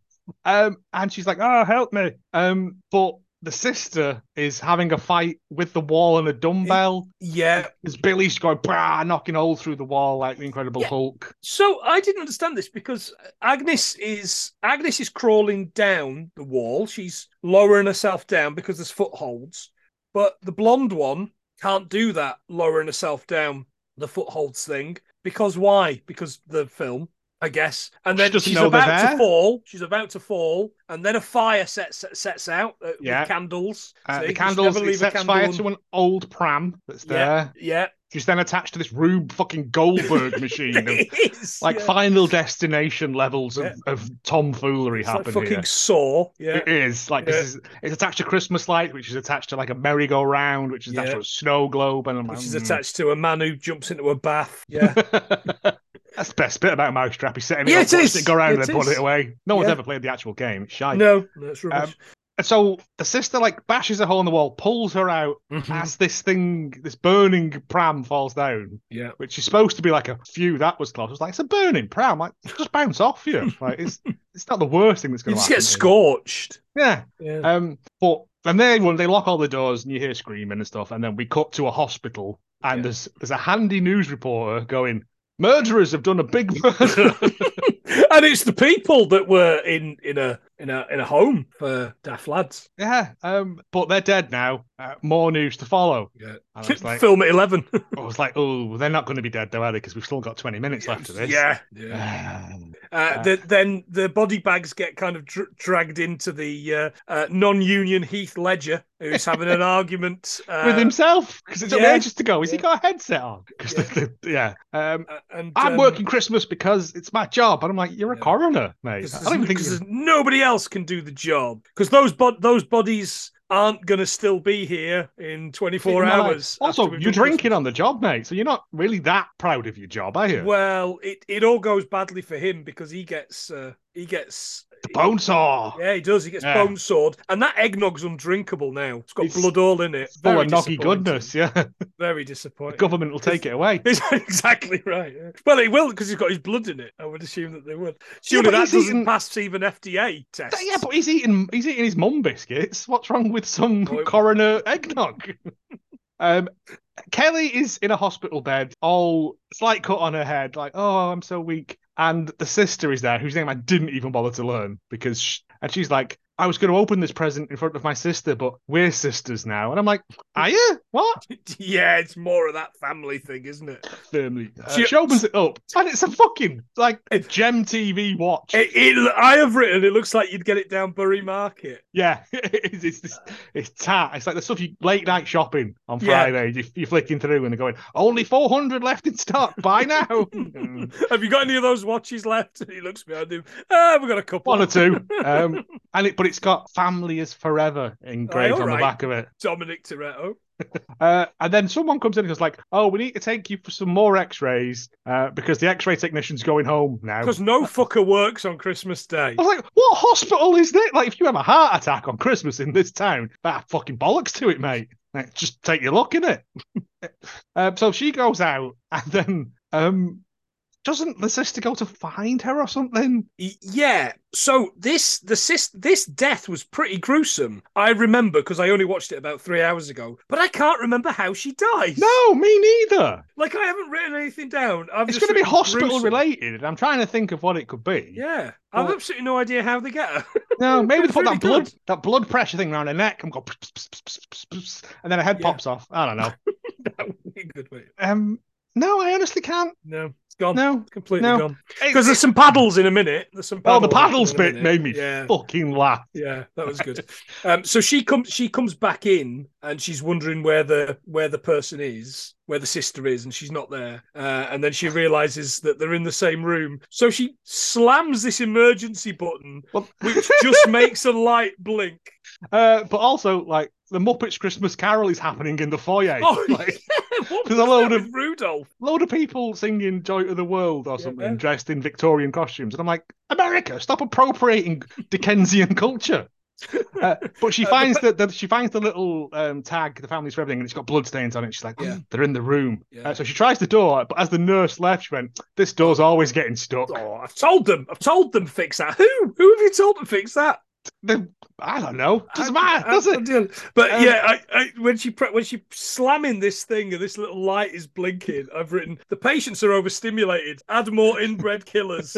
[SPEAKER 1] um, and she's like, "Oh, help me!" Um, but the sister is having a fight with the wall and a dumbbell.
[SPEAKER 2] Yeah.
[SPEAKER 1] Because Billy's going, "Bah!" knocking holes through the wall like the Incredible
[SPEAKER 2] Yeah.
[SPEAKER 1] Hulk.
[SPEAKER 2] So I didn't understand this because Agnes is Agnes is crawling down the wall. She's lowering herself down because there's footholds, but the blonde one can't do that lowering herself down the footholds thing because why? Because the film, I guess. And
[SPEAKER 1] She
[SPEAKER 2] then
[SPEAKER 1] doesn't
[SPEAKER 2] she's
[SPEAKER 1] know they're
[SPEAKER 2] about
[SPEAKER 1] there?
[SPEAKER 2] to fall. She's about to fall, and then a fire sets sets out uh,
[SPEAKER 1] Yeah.
[SPEAKER 2] with candles.
[SPEAKER 1] Uh,
[SPEAKER 2] See,
[SPEAKER 1] the
[SPEAKER 2] you should
[SPEAKER 1] candles
[SPEAKER 2] never
[SPEAKER 1] it
[SPEAKER 2] leave a
[SPEAKER 1] sets
[SPEAKER 2] candle
[SPEAKER 1] fire
[SPEAKER 2] on-
[SPEAKER 1] to an old pram that's there.
[SPEAKER 2] Yeah,
[SPEAKER 1] She's then attached to this Rube fucking
[SPEAKER 2] (laughs)
[SPEAKER 1] Goldberg machine. of,
[SPEAKER 2] it is.
[SPEAKER 1] like
[SPEAKER 2] yeah.
[SPEAKER 1] Final Destination levels of, of tomfoolery
[SPEAKER 2] It's like
[SPEAKER 1] happening
[SPEAKER 2] fucking
[SPEAKER 1] here.
[SPEAKER 2] saw. Yeah.
[SPEAKER 1] It is like
[SPEAKER 2] Yeah.
[SPEAKER 1] this is it's attached to Christmas light, which is attached to like a merry-go-round, which is attached
[SPEAKER 2] Yeah.
[SPEAKER 1] to a snow globe, and I'm like,
[SPEAKER 2] which is
[SPEAKER 1] "Hmm."
[SPEAKER 2] attached to a man who jumps into a bath. (laughs) Yeah.
[SPEAKER 1] (laughs) That's the best bit about Mousetrap. He's setting it
[SPEAKER 2] Yeah,
[SPEAKER 1] up,
[SPEAKER 2] it
[SPEAKER 1] watched
[SPEAKER 2] is.
[SPEAKER 1] it go around,
[SPEAKER 2] It
[SPEAKER 1] and then put
[SPEAKER 2] is.
[SPEAKER 1] it away. No one's
[SPEAKER 2] Yeah.
[SPEAKER 1] ever played the actual game. It's shite.
[SPEAKER 2] no, that's
[SPEAKER 1] Um,
[SPEAKER 2] rubbish.
[SPEAKER 1] And so the sister like bashes a hole in the wall, pulls her out
[SPEAKER 2] Hmm.
[SPEAKER 1] as this thing, this burning pram falls down.
[SPEAKER 2] Yeah.
[SPEAKER 1] Which is supposed to be like a phew, that was close. It's like it's a burning pram. Like just bounce off
[SPEAKER 2] (laughs)
[SPEAKER 1] you. Like it's it's not the worst thing that's
[SPEAKER 2] You
[SPEAKER 1] going to
[SPEAKER 2] just
[SPEAKER 1] happen.
[SPEAKER 2] get
[SPEAKER 1] here.
[SPEAKER 2] scorched.
[SPEAKER 1] Yeah.
[SPEAKER 2] (laughs) Yeah.
[SPEAKER 1] Um, (laughs) but and they well, they lock all the doors and you hear screaming and stuff, and then we cut to a hospital and
[SPEAKER 2] Yeah.
[SPEAKER 1] there's there's a handy news reporter going, Murderers have done a big (laughs) murder.
[SPEAKER 2] and it's the people that were in in a in a in a home for daft lads.
[SPEAKER 1] Yeah, um, but they're dead now. Uh, more news to follow.
[SPEAKER 2] Yeah.
[SPEAKER 1] And I
[SPEAKER 2] (laughs)
[SPEAKER 1] was like,
[SPEAKER 2] Film at eleven.
[SPEAKER 1] I was like, oh, they're not going to be dead though, are they? Because we've still got twenty minutes left of this.
[SPEAKER 2] Yeah.
[SPEAKER 1] Um,
[SPEAKER 2] Uh, the, then the body bags get kind of dr- dragged into the uh, uh, non-union Heath Ledger, who's having an (laughs) argument uh,
[SPEAKER 1] (sighs) with himself because it took me
[SPEAKER 2] yeah.
[SPEAKER 1] ages to go. Has he
[SPEAKER 2] Yeah.
[SPEAKER 1] got a headset on? 'Cause the- the- yeah. Um,
[SPEAKER 2] uh, and
[SPEAKER 1] I'm
[SPEAKER 2] um,
[SPEAKER 1] working Christmas because it's my job, and I'm like, you're a
[SPEAKER 2] Yeah.
[SPEAKER 1] coroner, mate.
[SPEAKER 2] because
[SPEAKER 1] I don't even think.
[SPEAKER 2] there's nobody else can do the job because those bo- those bodies aren't going to still be here in 24
[SPEAKER 1] in my life.
[SPEAKER 2] hours.
[SPEAKER 1] Also,
[SPEAKER 2] after we've
[SPEAKER 1] you're
[SPEAKER 2] done
[SPEAKER 1] drinking on the job, mate, so you're not really that proud of your job, are you?
[SPEAKER 2] Christmas. Well, it, it all goes badly for him because he gets uh, he gets
[SPEAKER 1] the bone saw.
[SPEAKER 2] yeah he does he gets
[SPEAKER 1] Yeah.
[SPEAKER 2] bone sawed and that eggnog's undrinkable now. It's got
[SPEAKER 1] It's
[SPEAKER 2] blood all in it.
[SPEAKER 1] It's full
[SPEAKER 2] Very
[SPEAKER 1] of noggy
[SPEAKER 2] disappointing.
[SPEAKER 1] goodness, yeah. (laughs)
[SPEAKER 2] Very
[SPEAKER 1] The
[SPEAKER 2] disappointing. (laughs)
[SPEAKER 1] government will take it away.
[SPEAKER 2] Is that exactly right? yeah. Well, it will because he's got his blood in it. I would assume that they would. Surely
[SPEAKER 1] but
[SPEAKER 2] that
[SPEAKER 1] he's
[SPEAKER 2] doesn't
[SPEAKER 1] eaten-
[SPEAKER 2] pass even FDA tests.
[SPEAKER 1] Yeah, but he's eating he's eating his mum biscuits. What's wrong with some
[SPEAKER 2] Well, it-
[SPEAKER 1] coroner eggnog? (laughs) um, Kelly is in a hospital bed, all slight cut on her head, like oh I'm so weak. And the sister is there, whose name I didn't even bother to learn because, sh and she's like, I was going to open this present in front of my sister, but we're sisters now. And I'm like, are you? What?
[SPEAKER 2] (laughs) yeah, it's more of that family thing, isn't it?
[SPEAKER 1] Firmly. Uh,
[SPEAKER 2] She-
[SPEAKER 1] she, opens it up, and it's a fucking like a gem TV watch.
[SPEAKER 2] It, it, I have written. It looks like you'd get it down Bury Market.
[SPEAKER 1] (laughs) Yeah, it's it's, this, it's tat. It's like the stuff you late night shopping on
[SPEAKER 2] Yeah.
[SPEAKER 1] Friday. You, you're flicking through and they're going, only 400 left in stock. Buy
[SPEAKER 2] (laughs)
[SPEAKER 1] now.
[SPEAKER 2] have you got any of those watches left? And he looks behind him. Ah, we've got a couple.
[SPEAKER 1] One or two. Um, and it, but it's got "Family is Forever" engraved on the
[SPEAKER 2] alright.
[SPEAKER 1] back of it.
[SPEAKER 2] Dominic Toretto.
[SPEAKER 1] Uh, and then someone comes in and goes like, "Oh, we need to take you for some more X-rays uh, because the X-ray technician's going home now." I
[SPEAKER 2] Because no fucker works on Christmas Day.
[SPEAKER 1] was like, "What hospital is this? Like, if you have a heart attack on Christmas in this town, that fucking bollocks to it, mate." Like, just take your look in it. (laughs) um, so she goes out, and then um, doesn't the sister go to find her or something?
[SPEAKER 2] Y- Yeah. So this the sis this death was pretty gruesome. I remember because I only watched it about three hours ago, but I can't remember how she dies.
[SPEAKER 1] No, me neither.
[SPEAKER 2] like I haven't written anything down. I've
[SPEAKER 1] It's
[SPEAKER 2] just
[SPEAKER 1] going to be
[SPEAKER 2] written
[SPEAKER 1] hospital
[SPEAKER 2] gruesome.
[SPEAKER 1] related, and I'm trying to think of what it could be.
[SPEAKER 2] Yeah, I've
[SPEAKER 1] Well-
[SPEAKER 2] absolutely no idea how they get her. (laughs)
[SPEAKER 1] No, maybe they put
[SPEAKER 2] really
[SPEAKER 1] that blood that blood pressure thing around her neck and go, pss, pss, pss, pss, pss, pss, and then her head
[SPEAKER 2] Yeah.
[SPEAKER 1] pops off. I don't know.
[SPEAKER 2] that would be a good way.
[SPEAKER 1] Um, no, I honestly can't.
[SPEAKER 2] No, it's gone.
[SPEAKER 1] No,
[SPEAKER 2] Completely
[SPEAKER 1] No.
[SPEAKER 2] gone.
[SPEAKER 1] (laughs)
[SPEAKER 2] Because
[SPEAKER 1] because
[SPEAKER 2] there's some paddles in a minute. There's some.
[SPEAKER 1] oh, the
[SPEAKER 2] paddles
[SPEAKER 1] paddles
[SPEAKER 2] in a
[SPEAKER 1] bit
[SPEAKER 2] minute.
[SPEAKER 1] made me
[SPEAKER 2] Yeah.
[SPEAKER 1] fucking laugh.
[SPEAKER 2] Yeah, that was (laughs) good. um, so she comes she comes back in and she's wondering where the where the person is, where the sister is, and she's not there. Uh, and then she realizes that they're in the same room. So she slams this emergency button,
[SPEAKER 1] Well-
[SPEAKER 2] which (laughs) just makes a light blink.
[SPEAKER 1] (laughs) Uh, but also, like the Muppets Christmas Carol is happening in the foyer.
[SPEAKER 2] Oh,
[SPEAKER 1] like,
[SPEAKER 2] yeah, what was
[SPEAKER 1] there's a load
[SPEAKER 2] that
[SPEAKER 1] of-
[SPEAKER 2] with Rudolph?
[SPEAKER 1] load of people singing "Joy to the World" or
[SPEAKER 2] Yeah.
[SPEAKER 1] something, dressed in Victorian costumes, and I'm like, America, stop appropriating Dickensian
[SPEAKER 2] (laughs)
[SPEAKER 1] culture. Uh, but she
[SPEAKER 2] Uh,
[SPEAKER 1] finds that the, she finds the little um, tag, the family's for everything, and it's got blood stains on it. She's like,
[SPEAKER 2] Yeah.
[SPEAKER 1] "Oh, they're in the room.
[SPEAKER 2] Yeah.
[SPEAKER 1] Uh, so she tries the door, but as the nurse left, she went, "This door's always getting stuck."
[SPEAKER 2] Oh, I've told them. I've told them fix that. Who? Who have you told to fix that?
[SPEAKER 1] The- I don't know. Doesn't
[SPEAKER 2] I-
[SPEAKER 1] matter,
[SPEAKER 2] I-
[SPEAKER 1] does
[SPEAKER 2] I
[SPEAKER 1] it?
[SPEAKER 2] don't- But
[SPEAKER 1] Um,
[SPEAKER 2] yeah, I, I, when she pre- when she slamming this thing and this little light is blinking, I've written the patients are overstimulated. Add more
[SPEAKER 1] (laughs)
[SPEAKER 2] inbred killers.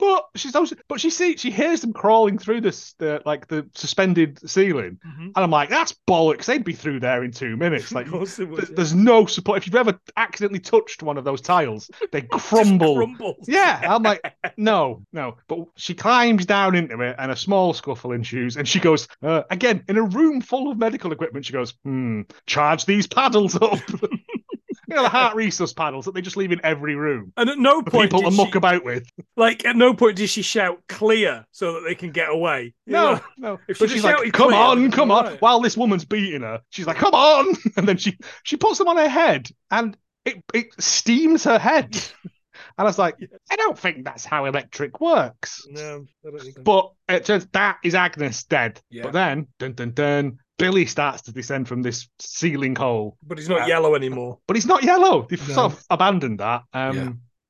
[SPEAKER 1] But she's also, but she see she hears them crawling through this the like the suspended ceiling,
[SPEAKER 2] Mhm.
[SPEAKER 1] and I'm like, that's bollocks. They'd be through there in two
[SPEAKER 2] (laughs)
[SPEAKER 1] minutes. Like
[SPEAKER 2] of course they would.
[SPEAKER 1] Mm-hmm. Th- There's no support. If you've ever accidentally touched one of those tiles,
[SPEAKER 2] (laughs)
[SPEAKER 1] they crumble.
[SPEAKER 2] Crumbles.
[SPEAKER 1] Yeah, I'm
[SPEAKER 2] (laughs)
[SPEAKER 1] like, no, no. But she climbs down into it, and a small scuffle ensues. And she goes uh, again in a room full of medical equipment. She goes, "Hmm, charge these paddles up." (laughs) you know, the heart resource paddles that they just leave in every room
[SPEAKER 2] And at no
[SPEAKER 1] for
[SPEAKER 2] point
[SPEAKER 1] people to
[SPEAKER 2] did
[SPEAKER 1] muck
[SPEAKER 2] she,
[SPEAKER 1] about with.
[SPEAKER 2] like at no point did she shout clear so that they can get away. You
[SPEAKER 1] No,
[SPEAKER 2] know?
[SPEAKER 1] no.
[SPEAKER 2] If
[SPEAKER 1] But
[SPEAKER 2] she'd
[SPEAKER 1] she's
[SPEAKER 2] shouted
[SPEAKER 1] like, come
[SPEAKER 2] clear, it'd
[SPEAKER 1] on,
[SPEAKER 2] be
[SPEAKER 1] come on.
[SPEAKER 2] alright.
[SPEAKER 1] While this woman's beating her, she's like, come on. (laughs) And then she she puts them on her head and it, it steams her
[SPEAKER 2] (laughs)
[SPEAKER 1] head. and I was like, I don't think that's how electric works.
[SPEAKER 2] no, I don't think so.
[SPEAKER 1] But it turns that is Agnes dead.
[SPEAKER 2] Yeah.
[SPEAKER 1] But then, dun dun dun, Billy starts to descend from this ceiling hole.
[SPEAKER 2] but he's not yellow anymore.
[SPEAKER 1] But he's not yellow. They've
[SPEAKER 2] No.
[SPEAKER 1] sort of abandoned that. Um,
[SPEAKER 2] Yeah.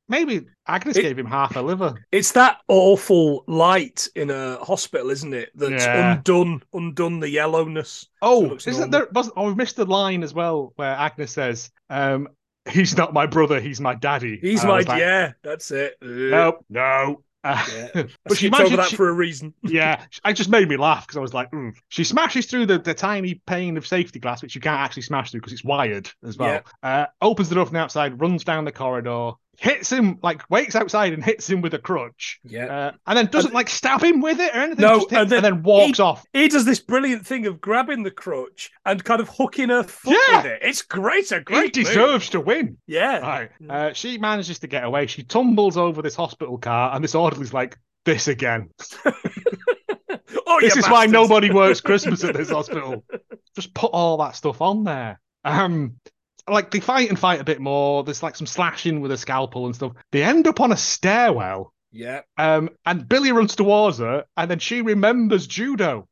[SPEAKER 1] Maybe Agnes
[SPEAKER 2] It-
[SPEAKER 1] gave him half a liver.
[SPEAKER 2] It's that awful light in a hospital, isn't it? That's
[SPEAKER 1] Yeah.
[SPEAKER 2] undone, undone the yellowness. So it
[SPEAKER 1] Oh,
[SPEAKER 2] looks
[SPEAKER 1] isn't
[SPEAKER 2] normal.
[SPEAKER 1] there? Was, oh, we missed the line as well where Agnes says, um, "He's not my brother. He's my daddy."
[SPEAKER 2] He's
[SPEAKER 1] And I
[SPEAKER 2] my
[SPEAKER 1] was like,
[SPEAKER 2] yeah. That's it.
[SPEAKER 1] Nope, no. Uh,
[SPEAKER 2] Yeah.
[SPEAKER 1] But
[SPEAKER 2] But
[SPEAKER 1] she
[SPEAKER 2] she over
[SPEAKER 1] imagined
[SPEAKER 2] that
[SPEAKER 1] she-
[SPEAKER 2] for a reason. (laughs)
[SPEAKER 1] yeah, it just made me laugh because I was like, mm. she smashes through the, the tiny pane of safety glass, which you can't actually smash through because it's wired as well. Uh, opens the door from the outside, runs down the corridor, hits him, like wakes outside and hits him with a crutch.
[SPEAKER 2] Yeah.
[SPEAKER 1] Uh, and then doesn't like stab him with it or anything.
[SPEAKER 2] No,
[SPEAKER 1] just hits-
[SPEAKER 2] and then
[SPEAKER 1] walks off.
[SPEAKER 2] He does this brilliant thing of grabbing the crutch and kind of hooking her foot
[SPEAKER 1] Yeah.
[SPEAKER 2] with it. It's great, a
[SPEAKER 1] He
[SPEAKER 2] great move.
[SPEAKER 1] deserves to win.
[SPEAKER 2] (laughs) Yeah.
[SPEAKER 1] Right. Uh, she manages to get away. She tumbles over this hospital car, and this orderly's like, "This again.
[SPEAKER 2] Oh,
[SPEAKER 1] This
[SPEAKER 2] you
[SPEAKER 1] is why
[SPEAKER 2] bastards. (laughs)
[SPEAKER 1] nobody works Christmas at this hospital. Just put all that stuff on there." Um, like they fight and fight a bit more. There's like some slashing with a scalpel and stuff. They end up on a stairwell.
[SPEAKER 2] Yeah.
[SPEAKER 1] Um, and Billy runs towards her, and then she remembers judo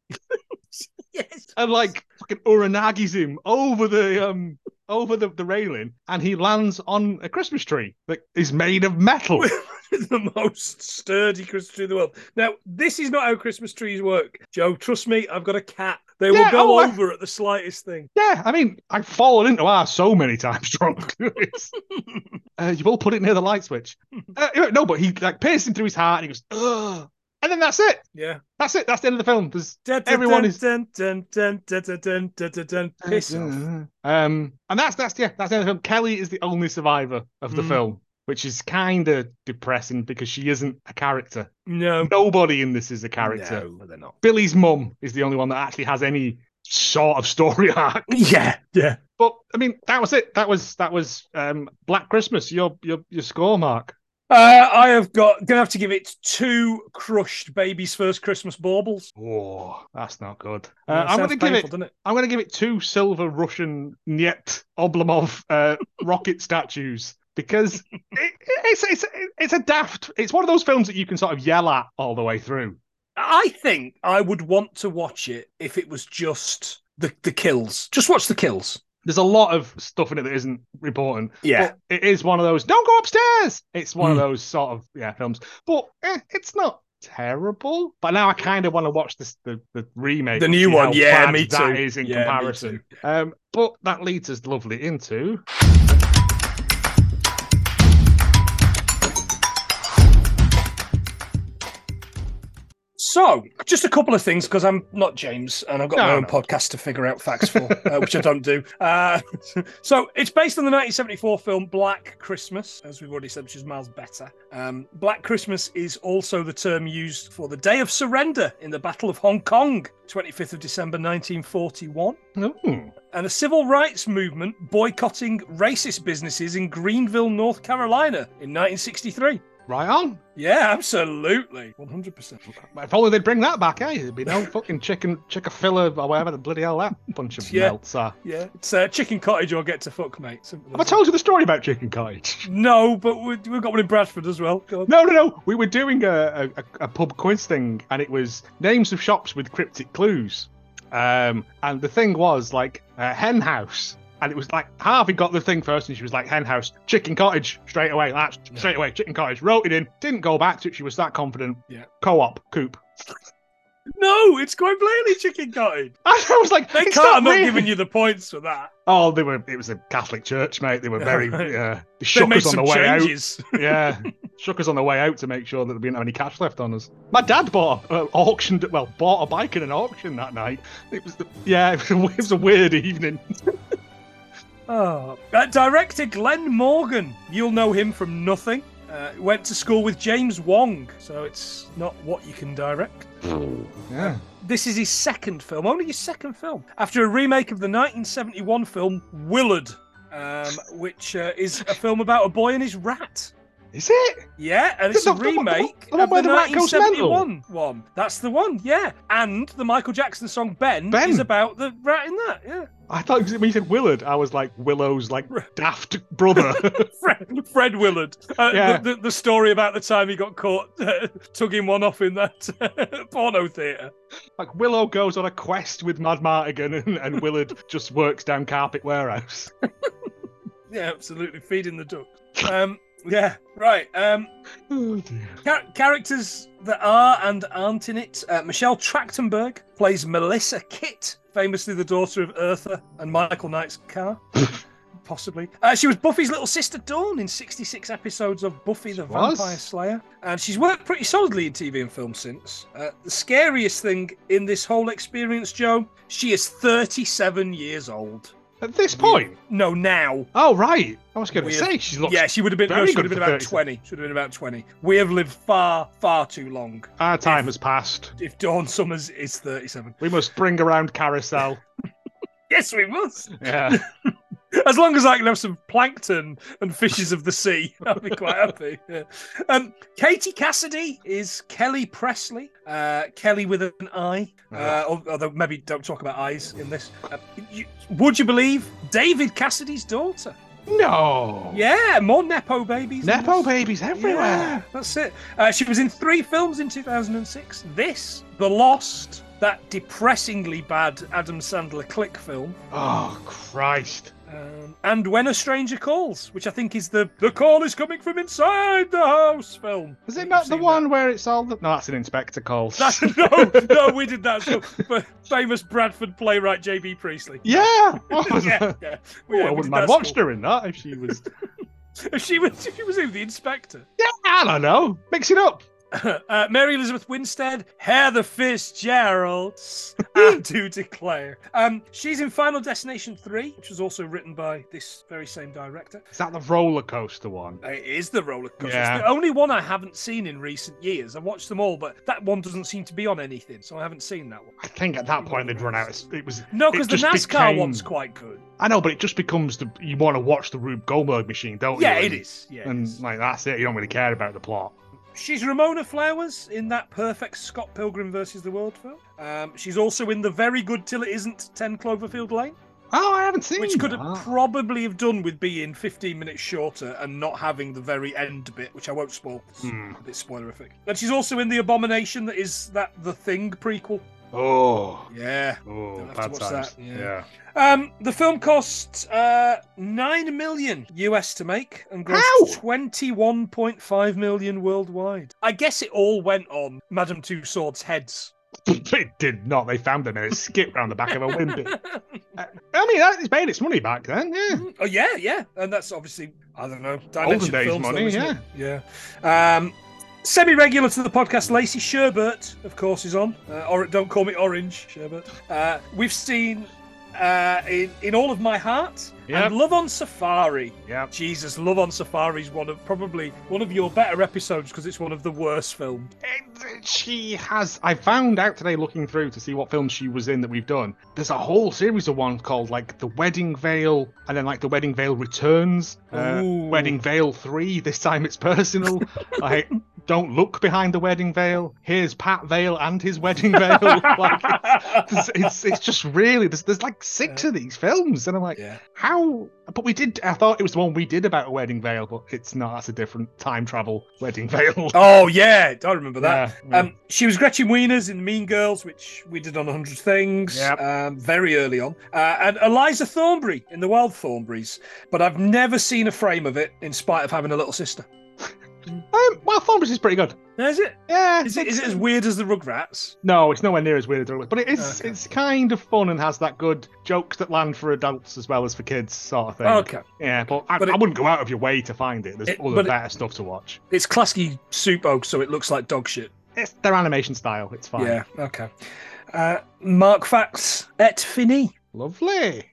[SPEAKER 2] Yes. (laughs)
[SPEAKER 1] and like fucking uranagis him over the um over the, the railing, and he lands on a Christmas tree that is made of
[SPEAKER 2] (laughs)
[SPEAKER 1] metal.
[SPEAKER 2] the most sturdy Christmas tree in the world. Now, this is not how Christmas trees work, Joe. Trust me, I've got a cat. They
[SPEAKER 1] Yeah,
[SPEAKER 2] will go
[SPEAKER 1] oh, I-
[SPEAKER 2] over at the slightest thing.
[SPEAKER 1] Yeah, I mean, I've fallen into ours so many times (laughs) drunk. It's- uh, you've all put it near the light switch. Uh, no, but he like pierced him through his heart, and he goes, "Ugh," and then that's it.
[SPEAKER 2] Yeah.
[SPEAKER 1] That's it. That's the end of the film. There's
[SPEAKER 2] Dun, dun,
[SPEAKER 1] Everyone
[SPEAKER 2] dun,
[SPEAKER 1] is-
[SPEAKER 2] dun, dun, dun, dun, dun, dun, dun, dun, dun. Piss off.
[SPEAKER 1] Um, and that's that's yeah, that's the end of the film. Kelly is the only survivor of the
[SPEAKER 2] Mm.
[SPEAKER 1] film, which is kind of depressing because she isn't a character. (laughs)
[SPEAKER 2] No.
[SPEAKER 1] Nobody in this is a character.
[SPEAKER 2] No, they're not.
[SPEAKER 1] Billy's mum is the only one that actually has any sort of story (laughs) arc.
[SPEAKER 2] Yeah. Yeah.
[SPEAKER 1] But I mean, that was it. That was that was um, Black Christmas. Your your your score, Mark.
[SPEAKER 2] Uh, I have got gonna have to give it two crushed baby's first Christmas baubles.
[SPEAKER 1] Oh, that's not good. Uh,
[SPEAKER 2] Yeah, it
[SPEAKER 1] I'm
[SPEAKER 2] sounds
[SPEAKER 1] going to give
[SPEAKER 2] painful,
[SPEAKER 1] it.
[SPEAKER 2] doesn't it?
[SPEAKER 1] I'm going to give it two silver Russian Nyet Oblomov uh, rocket statues
[SPEAKER 2] (laughs)
[SPEAKER 1] because it, it's it's it's a daft. It's one of those films that you can sort of yell at all the way through.
[SPEAKER 2] I think I would want to watch it if it was just the, the kills. Just watch the kills.
[SPEAKER 1] There's a lot of stuff in it that isn't important.
[SPEAKER 2] Yeah.
[SPEAKER 1] But it is one of those. Don't go upstairs. It's one of
[SPEAKER 2] Mm.
[SPEAKER 1] those sort of yeah films. But eh, it's not terrible. But now I kind of want to watch this the, the remake,
[SPEAKER 2] the
[SPEAKER 1] and
[SPEAKER 2] new
[SPEAKER 1] see how
[SPEAKER 2] one, yeah,
[SPEAKER 1] bad
[SPEAKER 2] me too.
[SPEAKER 1] That is in
[SPEAKER 2] Yeah, me
[SPEAKER 1] comparison.
[SPEAKER 2] too.
[SPEAKER 1] Um, but that leads us lovely into
[SPEAKER 2] So, just a couple of things because I'm not James and I've got my
[SPEAKER 1] No,
[SPEAKER 2] own
[SPEAKER 1] no.
[SPEAKER 2] podcast to figure out facts for, uh, which I don't do. Uh, (laughs) so, it's based on the 1974 film Black Christmas, as we've already said, which is miles better. Um, Black Christmas is also the term used for the day of surrender in the Battle of Hong Kong, 25th of December 1941
[SPEAKER 1] Ooh.
[SPEAKER 2] and a civil rights movement boycotting racist businesses in Greenville, North Carolina in 1963.
[SPEAKER 1] right on.
[SPEAKER 2] Yeah, absolutely. 100%.
[SPEAKER 1] If only they'd bring that back, eh? There'd be no fucking chicken, chicken filler or whatever the bloody hell that bunch of
[SPEAKER 2] Yeah.
[SPEAKER 1] melts are.
[SPEAKER 2] Yeah, it's uh, chicken cottage or get to fuck, mate. Simple
[SPEAKER 1] Have I
[SPEAKER 2] as that.
[SPEAKER 1] told you the story about chicken (laughs) cottage?
[SPEAKER 2] No, but we, we've got one in Bradford as well. Go on.
[SPEAKER 1] No, no, no. We were doing a, a, a pub quiz thing, and it was names of shops with cryptic clues. Um, and the thing was like uh, hen house, and it was like Harvey got the thing first, and she was like hen house, chicken cottage straight away. That's straight away, chicken cottage. Wrote it in, didn't go back to it. She was that confident.
[SPEAKER 2] Yeah.
[SPEAKER 1] Co-op coop. (laughs)
[SPEAKER 2] No, it's quite plainly chicken
[SPEAKER 1] (laughs)
[SPEAKER 2] cottage.
[SPEAKER 1] I was like,
[SPEAKER 2] They
[SPEAKER 1] it's
[SPEAKER 2] can't have
[SPEAKER 1] not
[SPEAKER 2] not
[SPEAKER 1] real.
[SPEAKER 2] given you the points for that.
[SPEAKER 1] Oh, they were. It was a Catholic church, mate. They were
[SPEAKER 2] (laughs)
[SPEAKER 1] very.
[SPEAKER 2] Right.
[SPEAKER 1] Uh, they
[SPEAKER 2] They
[SPEAKER 1] shook
[SPEAKER 2] made
[SPEAKER 1] us on the
[SPEAKER 2] some
[SPEAKER 1] way
[SPEAKER 2] changes. (laughs)
[SPEAKER 1] out. Yeah, shook us on the way out to make sure that we didn't have any cash left on us. My dad bought uh, auctioned. Well, bought a bike in an auction that night. It was. The, yeah, (laughs) it was, a, it was a weird evening.
[SPEAKER 2] Oh. Uh, director Glenn Morgan. You'll know him from nothing. Uh, went to school with James Wong, so it's not what you can direct.
[SPEAKER 1] Yeah.
[SPEAKER 2] This is his second film, only his second film, after a remake of the 1971 film Willard, um, which uh, is a film about a boy and his rat.
[SPEAKER 1] Is it?
[SPEAKER 2] Yeah, and it's
[SPEAKER 1] The-
[SPEAKER 2] a
[SPEAKER 1] the- the one- the one-
[SPEAKER 2] remake
[SPEAKER 1] the one
[SPEAKER 2] of the
[SPEAKER 1] where the rat goes mental?
[SPEAKER 2] 1971 one. That's the one, yeah. And the Michael Jackson song Ben,
[SPEAKER 1] Ben.
[SPEAKER 2] is about the rat in that, yeah.
[SPEAKER 1] I thought when you said Willard, I was like Willow's like daft brother. (laughs)
[SPEAKER 2] Fred, Fred Willard. Uh,
[SPEAKER 1] Yeah.
[SPEAKER 2] the, the, the story about the time he got caught uh, tugging one off in that uh, porno theatre.
[SPEAKER 1] like Willow goes on a quest with Mad Martigan, and, and Willard just works down Carpet Warehouse.
[SPEAKER 2] Yeah, absolutely. Feeding the duck. Um, yeah, right. Um,
[SPEAKER 1] Oh dear.
[SPEAKER 2] Char- characters that are and aren't in it. Uh, Michelle Trachtenberg
[SPEAKER 1] (laughs)
[SPEAKER 2] plays Melissa Kitt, famously the daughter of Eartha and Michael Knight's car. possibly. Uh, she was Buffy's little sister Dawn in 66 episodes of Buffy the
[SPEAKER 1] She was.
[SPEAKER 2] Vampire Slayer, and she's worked pretty solidly in TV and film since. Uh, the scariest thing in this whole experience, Joe, she is 37 years old.
[SPEAKER 1] At this point,
[SPEAKER 2] No, now.
[SPEAKER 1] oh right, I was going to
[SPEAKER 2] Weird.
[SPEAKER 1] say she looks.
[SPEAKER 2] yeah, she would have been. No,
[SPEAKER 1] very
[SPEAKER 2] she would have
[SPEAKER 1] good
[SPEAKER 2] been
[SPEAKER 1] for
[SPEAKER 2] about
[SPEAKER 1] 37.
[SPEAKER 2] 20. She would have been about 20. We have lived far, far too long.
[SPEAKER 1] Our time has passed.
[SPEAKER 2] If Dawn Summers is 37,
[SPEAKER 1] We must bring around carousel.
[SPEAKER 2] yes, we must.
[SPEAKER 1] Yeah,
[SPEAKER 2] As long as I can have some plankton and fishes of the sea, (laughs) I'll be quite happy. Yeah. Um, Katie Cassidy is Kelly Presley. Uh, Kelly with an I.
[SPEAKER 1] Uh-huh.
[SPEAKER 2] Uh, al- although maybe don't talk about eyes in this. Uh, you- would you believe David Cassidy's daughter?
[SPEAKER 1] (laughs) no.
[SPEAKER 2] Yeah, more nepo babies. in
[SPEAKER 1] Nepo
[SPEAKER 2] this.
[SPEAKER 1] babies everywhere.
[SPEAKER 2] Yeah, that's it. Uh, she was in three films in 2006. This, The Lost, that depressingly bad Adam Sandler click film,
[SPEAKER 1] Oh Christ.
[SPEAKER 2] um, and When a Stranger Calls, which I think is the The Call is Coming from Inside the House film.
[SPEAKER 1] Is
[SPEAKER 2] I
[SPEAKER 1] it
[SPEAKER 2] think
[SPEAKER 1] not
[SPEAKER 2] you've
[SPEAKER 1] the
[SPEAKER 2] seen
[SPEAKER 1] one where it's all the... No, that's an inspector call.
[SPEAKER 2] that. (laughs) That's, no, no, we did that. So, but famous Bradford playwright J.B. Priestley.
[SPEAKER 1] (laughs) yeah. What was
[SPEAKER 2] (laughs) yeah,
[SPEAKER 1] that?
[SPEAKER 2] yeah.
[SPEAKER 1] (laughs) Ooh,
[SPEAKER 2] yeah,
[SPEAKER 1] I
[SPEAKER 2] we
[SPEAKER 1] wouldn't
[SPEAKER 2] did
[SPEAKER 1] mind
[SPEAKER 2] that
[SPEAKER 1] watched her in that if she was.
[SPEAKER 2] school. If she was, if she was in the inspector. (laughs)
[SPEAKER 1] yeah, I don't know. Mix it up.
[SPEAKER 2] uh, Mary Elizabeth Winstead, Heather Fitzgerald,
[SPEAKER 1] (laughs)
[SPEAKER 2] I do declare. Um, she's in Final Destination 3, which was also written by this very same director.
[SPEAKER 1] Is that the roller coaster one?
[SPEAKER 2] It is the roller coaster.
[SPEAKER 1] Yeah.
[SPEAKER 2] It's the only one I haven't seen in recent years. I've watched them all, but that one doesn't seem to be on anything, so I haven't seen that one.
[SPEAKER 1] I think at that point they'd run out. It's- It was.
[SPEAKER 2] No,
[SPEAKER 1] It
[SPEAKER 2] because the
[SPEAKER 1] just
[SPEAKER 2] NASCAR
[SPEAKER 1] became-
[SPEAKER 2] one's quite good.
[SPEAKER 1] I know, but it just becomes the. You want to watch the Rube Goldberg machine, don't
[SPEAKER 2] Yeah,
[SPEAKER 1] you?
[SPEAKER 2] it
[SPEAKER 1] And-
[SPEAKER 2] is. Yeah, it
[SPEAKER 1] And
[SPEAKER 2] is.
[SPEAKER 1] like that's it. You don't really care about the plot.
[SPEAKER 2] She's Ramona Flowers in that perfect Scott Pilgrim versus the World film. Um, she's also in the very good Till It Isn't 10 Cloverfield Lane.
[SPEAKER 1] Oh, I haven't seen.
[SPEAKER 2] which could have
[SPEAKER 1] that.
[SPEAKER 2] probably have done with being 15 minutes shorter and not having the very end bit, which I won't spoil. It's
[SPEAKER 1] Hmm.
[SPEAKER 2] A bit spoilerific. And she's also in the abomination that is that the thing prequel.
[SPEAKER 1] Oh.
[SPEAKER 2] Yeah.
[SPEAKER 1] Oh,
[SPEAKER 2] have to
[SPEAKER 1] bad
[SPEAKER 2] watch
[SPEAKER 1] times.
[SPEAKER 2] that, yeah.
[SPEAKER 1] Yeah.
[SPEAKER 2] Um, the film cost uh, nine million US to make and
[SPEAKER 1] How?
[SPEAKER 2] grossed twenty-one point five million worldwide. I guess it all went on Madame Two Swords' heads.
[SPEAKER 1] it did not. They found them and it skipped round the back of a wimpy. I mean, that- it's made its money back then. Yeah.
[SPEAKER 2] Oh yeah, yeah, and that's obviously I don't know.
[SPEAKER 1] Hmm. Olden
[SPEAKER 2] Dimension
[SPEAKER 1] days
[SPEAKER 2] films,
[SPEAKER 1] money,
[SPEAKER 2] though, isn't it? yeah. Um, semi-regular to the podcast, Lacey Sherbert, of course, is on. Uh, or don't call me Orange Sherbert. Uh, we've seen uh, in in all of my heart
[SPEAKER 1] Yeah.
[SPEAKER 2] and Love on Safari.
[SPEAKER 1] Yeah.
[SPEAKER 2] Jesus, Love on Safari is one of probably one of your better episodes because it's one of the worst (laughs) filmed.
[SPEAKER 1] It- She has. I found out today looking through to see what films she was in that we've done. There's a whole series of ones called like The Wedding Veil, and then like The Wedding Veil Returns, uh,
[SPEAKER 2] Ooh.
[SPEAKER 1] Wedding Veil Three. This time it's personal. like, don't look behind the wedding veil. Here's Pat Vale and his wedding veil. (laughs)
[SPEAKER 2] (laughs)
[SPEAKER 1] like, it's, it's it's just really there's there's like six of these films, and I'm like,
[SPEAKER 2] yeah.
[SPEAKER 1] how? But we did. I thought it was the one we did about a wedding veil, but it's not. That's a different time travel wedding (laughs) veil.
[SPEAKER 2] Oh yeah, I remember
[SPEAKER 1] Yeah,
[SPEAKER 2] that.
[SPEAKER 1] yeah.
[SPEAKER 2] Um, she was Gretchen Wieners in Mean Girls, which we did on 100 Things
[SPEAKER 1] Yep.
[SPEAKER 2] um, very early on, uh, and Eliza Thornberry in The Wild Thornberries. But I've never seen a frame of it, in spite of having a little sister.
[SPEAKER 1] Um, well, Thornbridge is pretty good.
[SPEAKER 2] Is it?
[SPEAKER 1] Yeah.
[SPEAKER 2] Is it,
[SPEAKER 1] it's-
[SPEAKER 2] is it as weird as the Rugrats?
[SPEAKER 1] No, it's nowhere near as weird as Thriller, but it is.
[SPEAKER 2] Okay.
[SPEAKER 1] It's kind of fun and has that good jokes that land for adults as well as for kids sort of thing.
[SPEAKER 2] Okay,
[SPEAKER 1] Yeah, but, I,
[SPEAKER 2] But
[SPEAKER 1] I
[SPEAKER 2] it-
[SPEAKER 1] wouldn't go out of your way to find it. There's
[SPEAKER 2] It-
[SPEAKER 1] other
[SPEAKER 2] but it-
[SPEAKER 1] better stuff to watch.
[SPEAKER 2] it's Klasky Soup Oak, so it looks like dog shit.
[SPEAKER 1] It's their animation style. It's fine.
[SPEAKER 2] Yeah. Okay. Uh, Mark Facts et fini.
[SPEAKER 1] Lovely.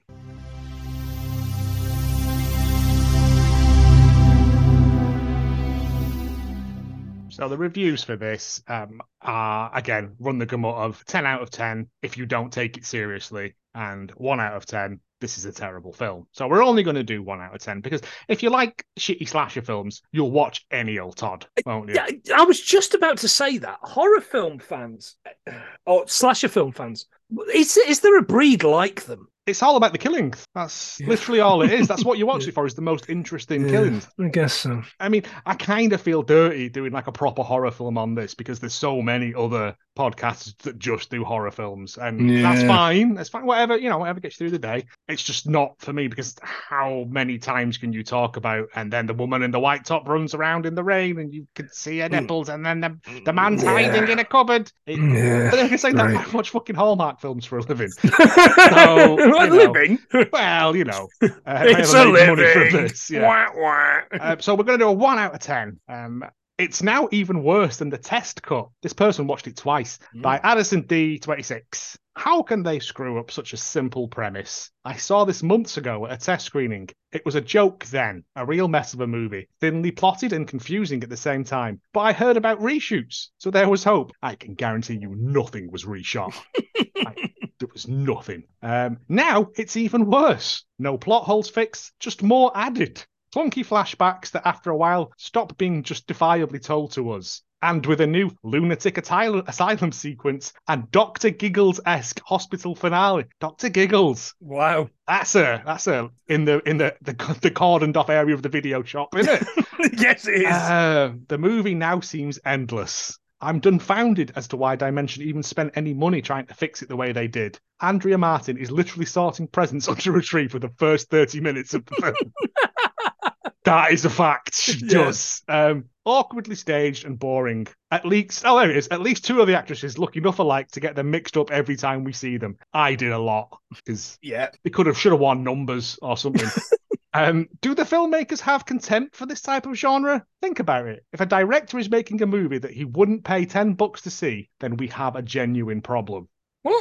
[SPEAKER 1] So the reviews for this um, are again run the gamut of ten out of ten if you don't take it seriously, and one out of ten. This is a terrible film. So we're only going to do one out of ten because if you like shitty slasher films, you'll watch any old Todd, won't you?
[SPEAKER 2] Yeah, I was just about to say that horror film fans uh, or slasher film fans. Is is there a breed like them?
[SPEAKER 1] It's all about the killings. That's
[SPEAKER 2] Yeah.
[SPEAKER 1] literally all it is. That's
[SPEAKER 2] (laughs)
[SPEAKER 1] what you watch
[SPEAKER 2] Yeah.
[SPEAKER 1] it for. Is the most interesting
[SPEAKER 2] Yeah.
[SPEAKER 1] killings.
[SPEAKER 2] I guess so.
[SPEAKER 1] I mean, I kind of feel dirty doing like a proper horror film on this because there's so many other podcasts that just do horror films, and that's
[SPEAKER 2] Yeah.
[SPEAKER 1] fine. That's fine. Whatever you know, whatever gets you through the day. It's just not for me because how many times can you talk about and then the woman in the white top runs around in the rain and you can see her
[SPEAKER 2] Mm.
[SPEAKER 1] nipples and then the, the man's
[SPEAKER 2] Yeah.
[SPEAKER 1] hiding in a cupboard. It,
[SPEAKER 2] Yeah. (laughs)
[SPEAKER 1] But then I can say that
[SPEAKER 2] Right.
[SPEAKER 1] I watch fucking Hallmark films for a
[SPEAKER 2] (laughs)
[SPEAKER 1] living.
[SPEAKER 2] so,
[SPEAKER 1] you know,
[SPEAKER 2] living.
[SPEAKER 1] Well, you know, uh, if I
[SPEAKER 2] It's
[SPEAKER 1] ever
[SPEAKER 2] a
[SPEAKER 1] make money from
[SPEAKER 2] living.
[SPEAKER 1] this, yeah.
[SPEAKER 2] Wah, wah.
[SPEAKER 1] Uh, so we're going to do a one out of ten. Um, it's now even worse than the test cut. This person watched it twice by Addison D26. How can they screw up such a simple premise? I saw this months ago at a test screening. It was a joke then, a real mess of a movie, thinly plotted and confusing at the same time. But I heard about reshoots, so there was hope. I can guarantee you nothing was reshot. Like, there was nothing. Um, now it's even worse. No plot holes fixed, just more added clunky flashbacks that after a while stop being justifiably told to us. And with a new lunatic atyl- asylum sequence and Dr. Giggles esque hospital finale. Dr. Giggles.
[SPEAKER 2] Wow.
[SPEAKER 1] That's her. That's her in the in the the, the cordoned off area of the video shop, isn't it?
[SPEAKER 2] (laughs) yes, it is.
[SPEAKER 1] Uh, the movie now seems endless. I'm dumbfounded as to why Dimension even spent any money trying to fix it the way they did. Andrea Martin is literally sorting presents (laughs) under a tree for the first 30 minutes of the
[SPEAKER 2] (laughs)
[SPEAKER 1] film. that is a fact. She
[SPEAKER 2] Yeah.
[SPEAKER 1] does. Um, awkwardly staged and boring. At least, oh, there it is. At least two of the actresses look enough alike to get them mixed up every time we see them. I did a lot because
[SPEAKER 2] yeah.
[SPEAKER 1] they could have should have won numbers or
[SPEAKER 2] (laughs)
[SPEAKER 1] something. um, do the filmmakers have contempt for this type of genre? Think about it. If a director is making a movie that he wouldn't pay ten bucks to see, then we have a genuine problem.
[SPEAKER 2] What?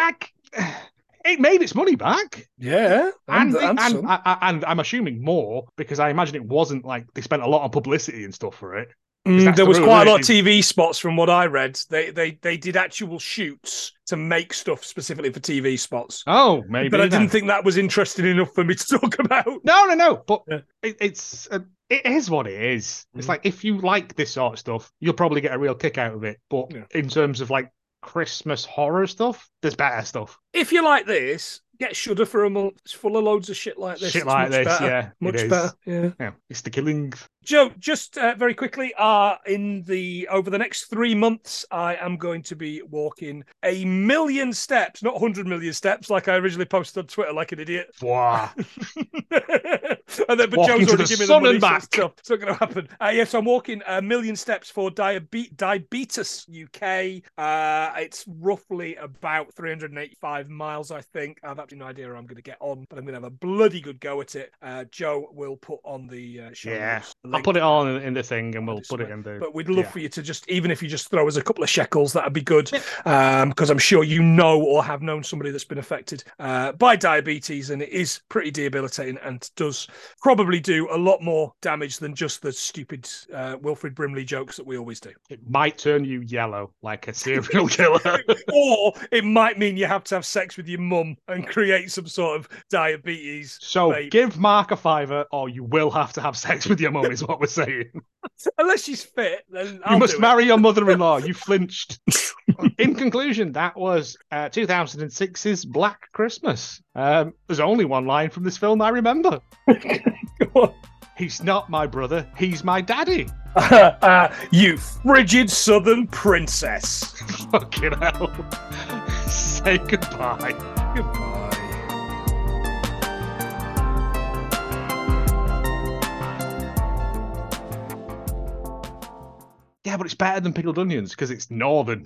[SPEAKER 1] Like, (sighs) it made its money back,
[SPEAKER 2] Yeah.
[SPEAKER 1] and
[SPEAKER 2] the-
[SPEAKER 1] the- and,
[SPEAKER 2] some.
[SPEAKER 1] I, I, and I'm assuming more because I imagine it wasn't like they spent a lot on publicity and stuff for it.
[SPEAKER 2] Mm,
[SPEAKER 1] that's
[SPEAKER 2] there
[SPEAKER 1] the
[SPEAKER 2] was
[SPEAKER 1] rule,
[SPEAKER 2] quite
[SPEAKER 1] isn't
[SPEAKER 2] a
[SPEAKER 1] it?
[SPEAKER 2] lot of TV spots from what I read. They they they did actual shoots to make stuff specifically for TV spots.
[SPEAKER 1] Oh, maybe.
[SPEAKER 2] but I
[SPEAKER 1] then.
[SPEAKER 2] didn't think that was interesting enough for me to (laughs) talk about.
[SPEAKER 1] No, no, no. But
[SPEAKER 2] Yeah.
[SPEAKER 1] it, it's uh, it is what it is. It's
[SPEAKER 2] Mhm.
[SPEAKER 1] like if you like this sort of stuff, you'll probably get a real kick out of it. But
[SPEAKER 2] Yeah.
[SPEAKER 1] in terms of like Christmas horror stuff, there's better stuff.
[SPEAKER 2] If you like this, get Shudder for a month. It's full of loads of shit like this.
[SPEAKER 1] Shit
[SPEAKER 2] It's
[SPEAKER 1] like
[SPEAKER 2] much
[SPEAKER 1] this,
[SPEAKER 2] better.
[SPEAKER 1] yeah, it
[SPEAKER 2] Much
[SPEAKER 1] is.
[SPEAKER 2] better. Yeah.
[SPEAKER 1] Yeah, it's the killing.
[SPEAKER 2] Joe, just uh, very quickly, uh, in the over the next three months, I am going to be walking a million steps, not hundred million steps, like I originally posted on Twitter, like an idiot. (laughs)
[SPEAKER 1] Wah.
[SPEAKER 2] and then, but
[SPEAKER 1] Walking to
[SPEAKER 2] Joe's already
[SPEAKER 1] the
[SPEAKER 2] given me the
[SPEAKER 1] sun
[SPEAKER 2] money,
[SPEAKER 1] and
[SPEAKER 2] so it's
[SPEAKER 1] back.
[SPEAKER 2] not- it's not going to happen. Uh, yes, I'm walking a million steps for diabe- diabetes UK. Uh, it's roughly about 385 miles, I think. I've absolutely no idea how I'm going to get on, but I'm going to have a bloody good go at it. Uh, Joe will put on the uh, show.
[SPEAKER 1] Yeah.
[SPEAKER 2] notes the
[SPEAKER 1] I'll
[SPEAKER 2] link.
[SPEAKER 1] put it on in, in the thing, and
[SPEAKER 2] I'll
[SPEAKER 1] we'll
[SPEAKER 2] just
[SPEAKER 1] put it
[SPEAKER 2] wait.
[SPEAKER 1] in the.
[SPEAKER 2] But we'd love
[SPEAKER 1] yeah.
[SPEAKER 2] for you to just, even if you just throw us a couple of shekels, that'd be good. Um, because I'm sure you know or have known somebody that's been affected uh, by diabetes, and it is pretty debilitating and does probably do a lot more damage than just the stupid uh, Wilfred Brimley jokes that we always do.
[SPEAKER 1] It might turn you yellow like a
[SPEAKER 2] (laughs)
[SPEAKER 1] serial killer.
[SPEAKER 2] or it might mean you have to have sex with your mum and create some sort of diabetes.
[SPEAKER 1] So
[SPEAKER 2] Mate.
[SPEAKER 1] give Mark a fiver, or you will have to have sex with your mum. Is what we're saying.
[SPEAKER 2] Unless she's fit, then I'll
[SPEAKER 1] you must
[SPEAKER 2] do it.
[SPEAKER 1] marry your
[SPEAKER 2] (laughs)
[SPEAKER 1] mother-in-law. You flinched. In conclusion, that was uh, 2006's Black Christmas. Um, there's only one line from this film I remember.
[SPEAKER 2] (laughs) Go on.
[SPEAKER 1] He's not my brother. He's my daddy. (laughs)
[SPEAKER 2] uh, (laughs) you frigid southern princess.
[SPEAKER 1] Fucking hell. (laughs) Say goodbye. Goodbye. Yeah, but it's better than pickled onions because it's northern.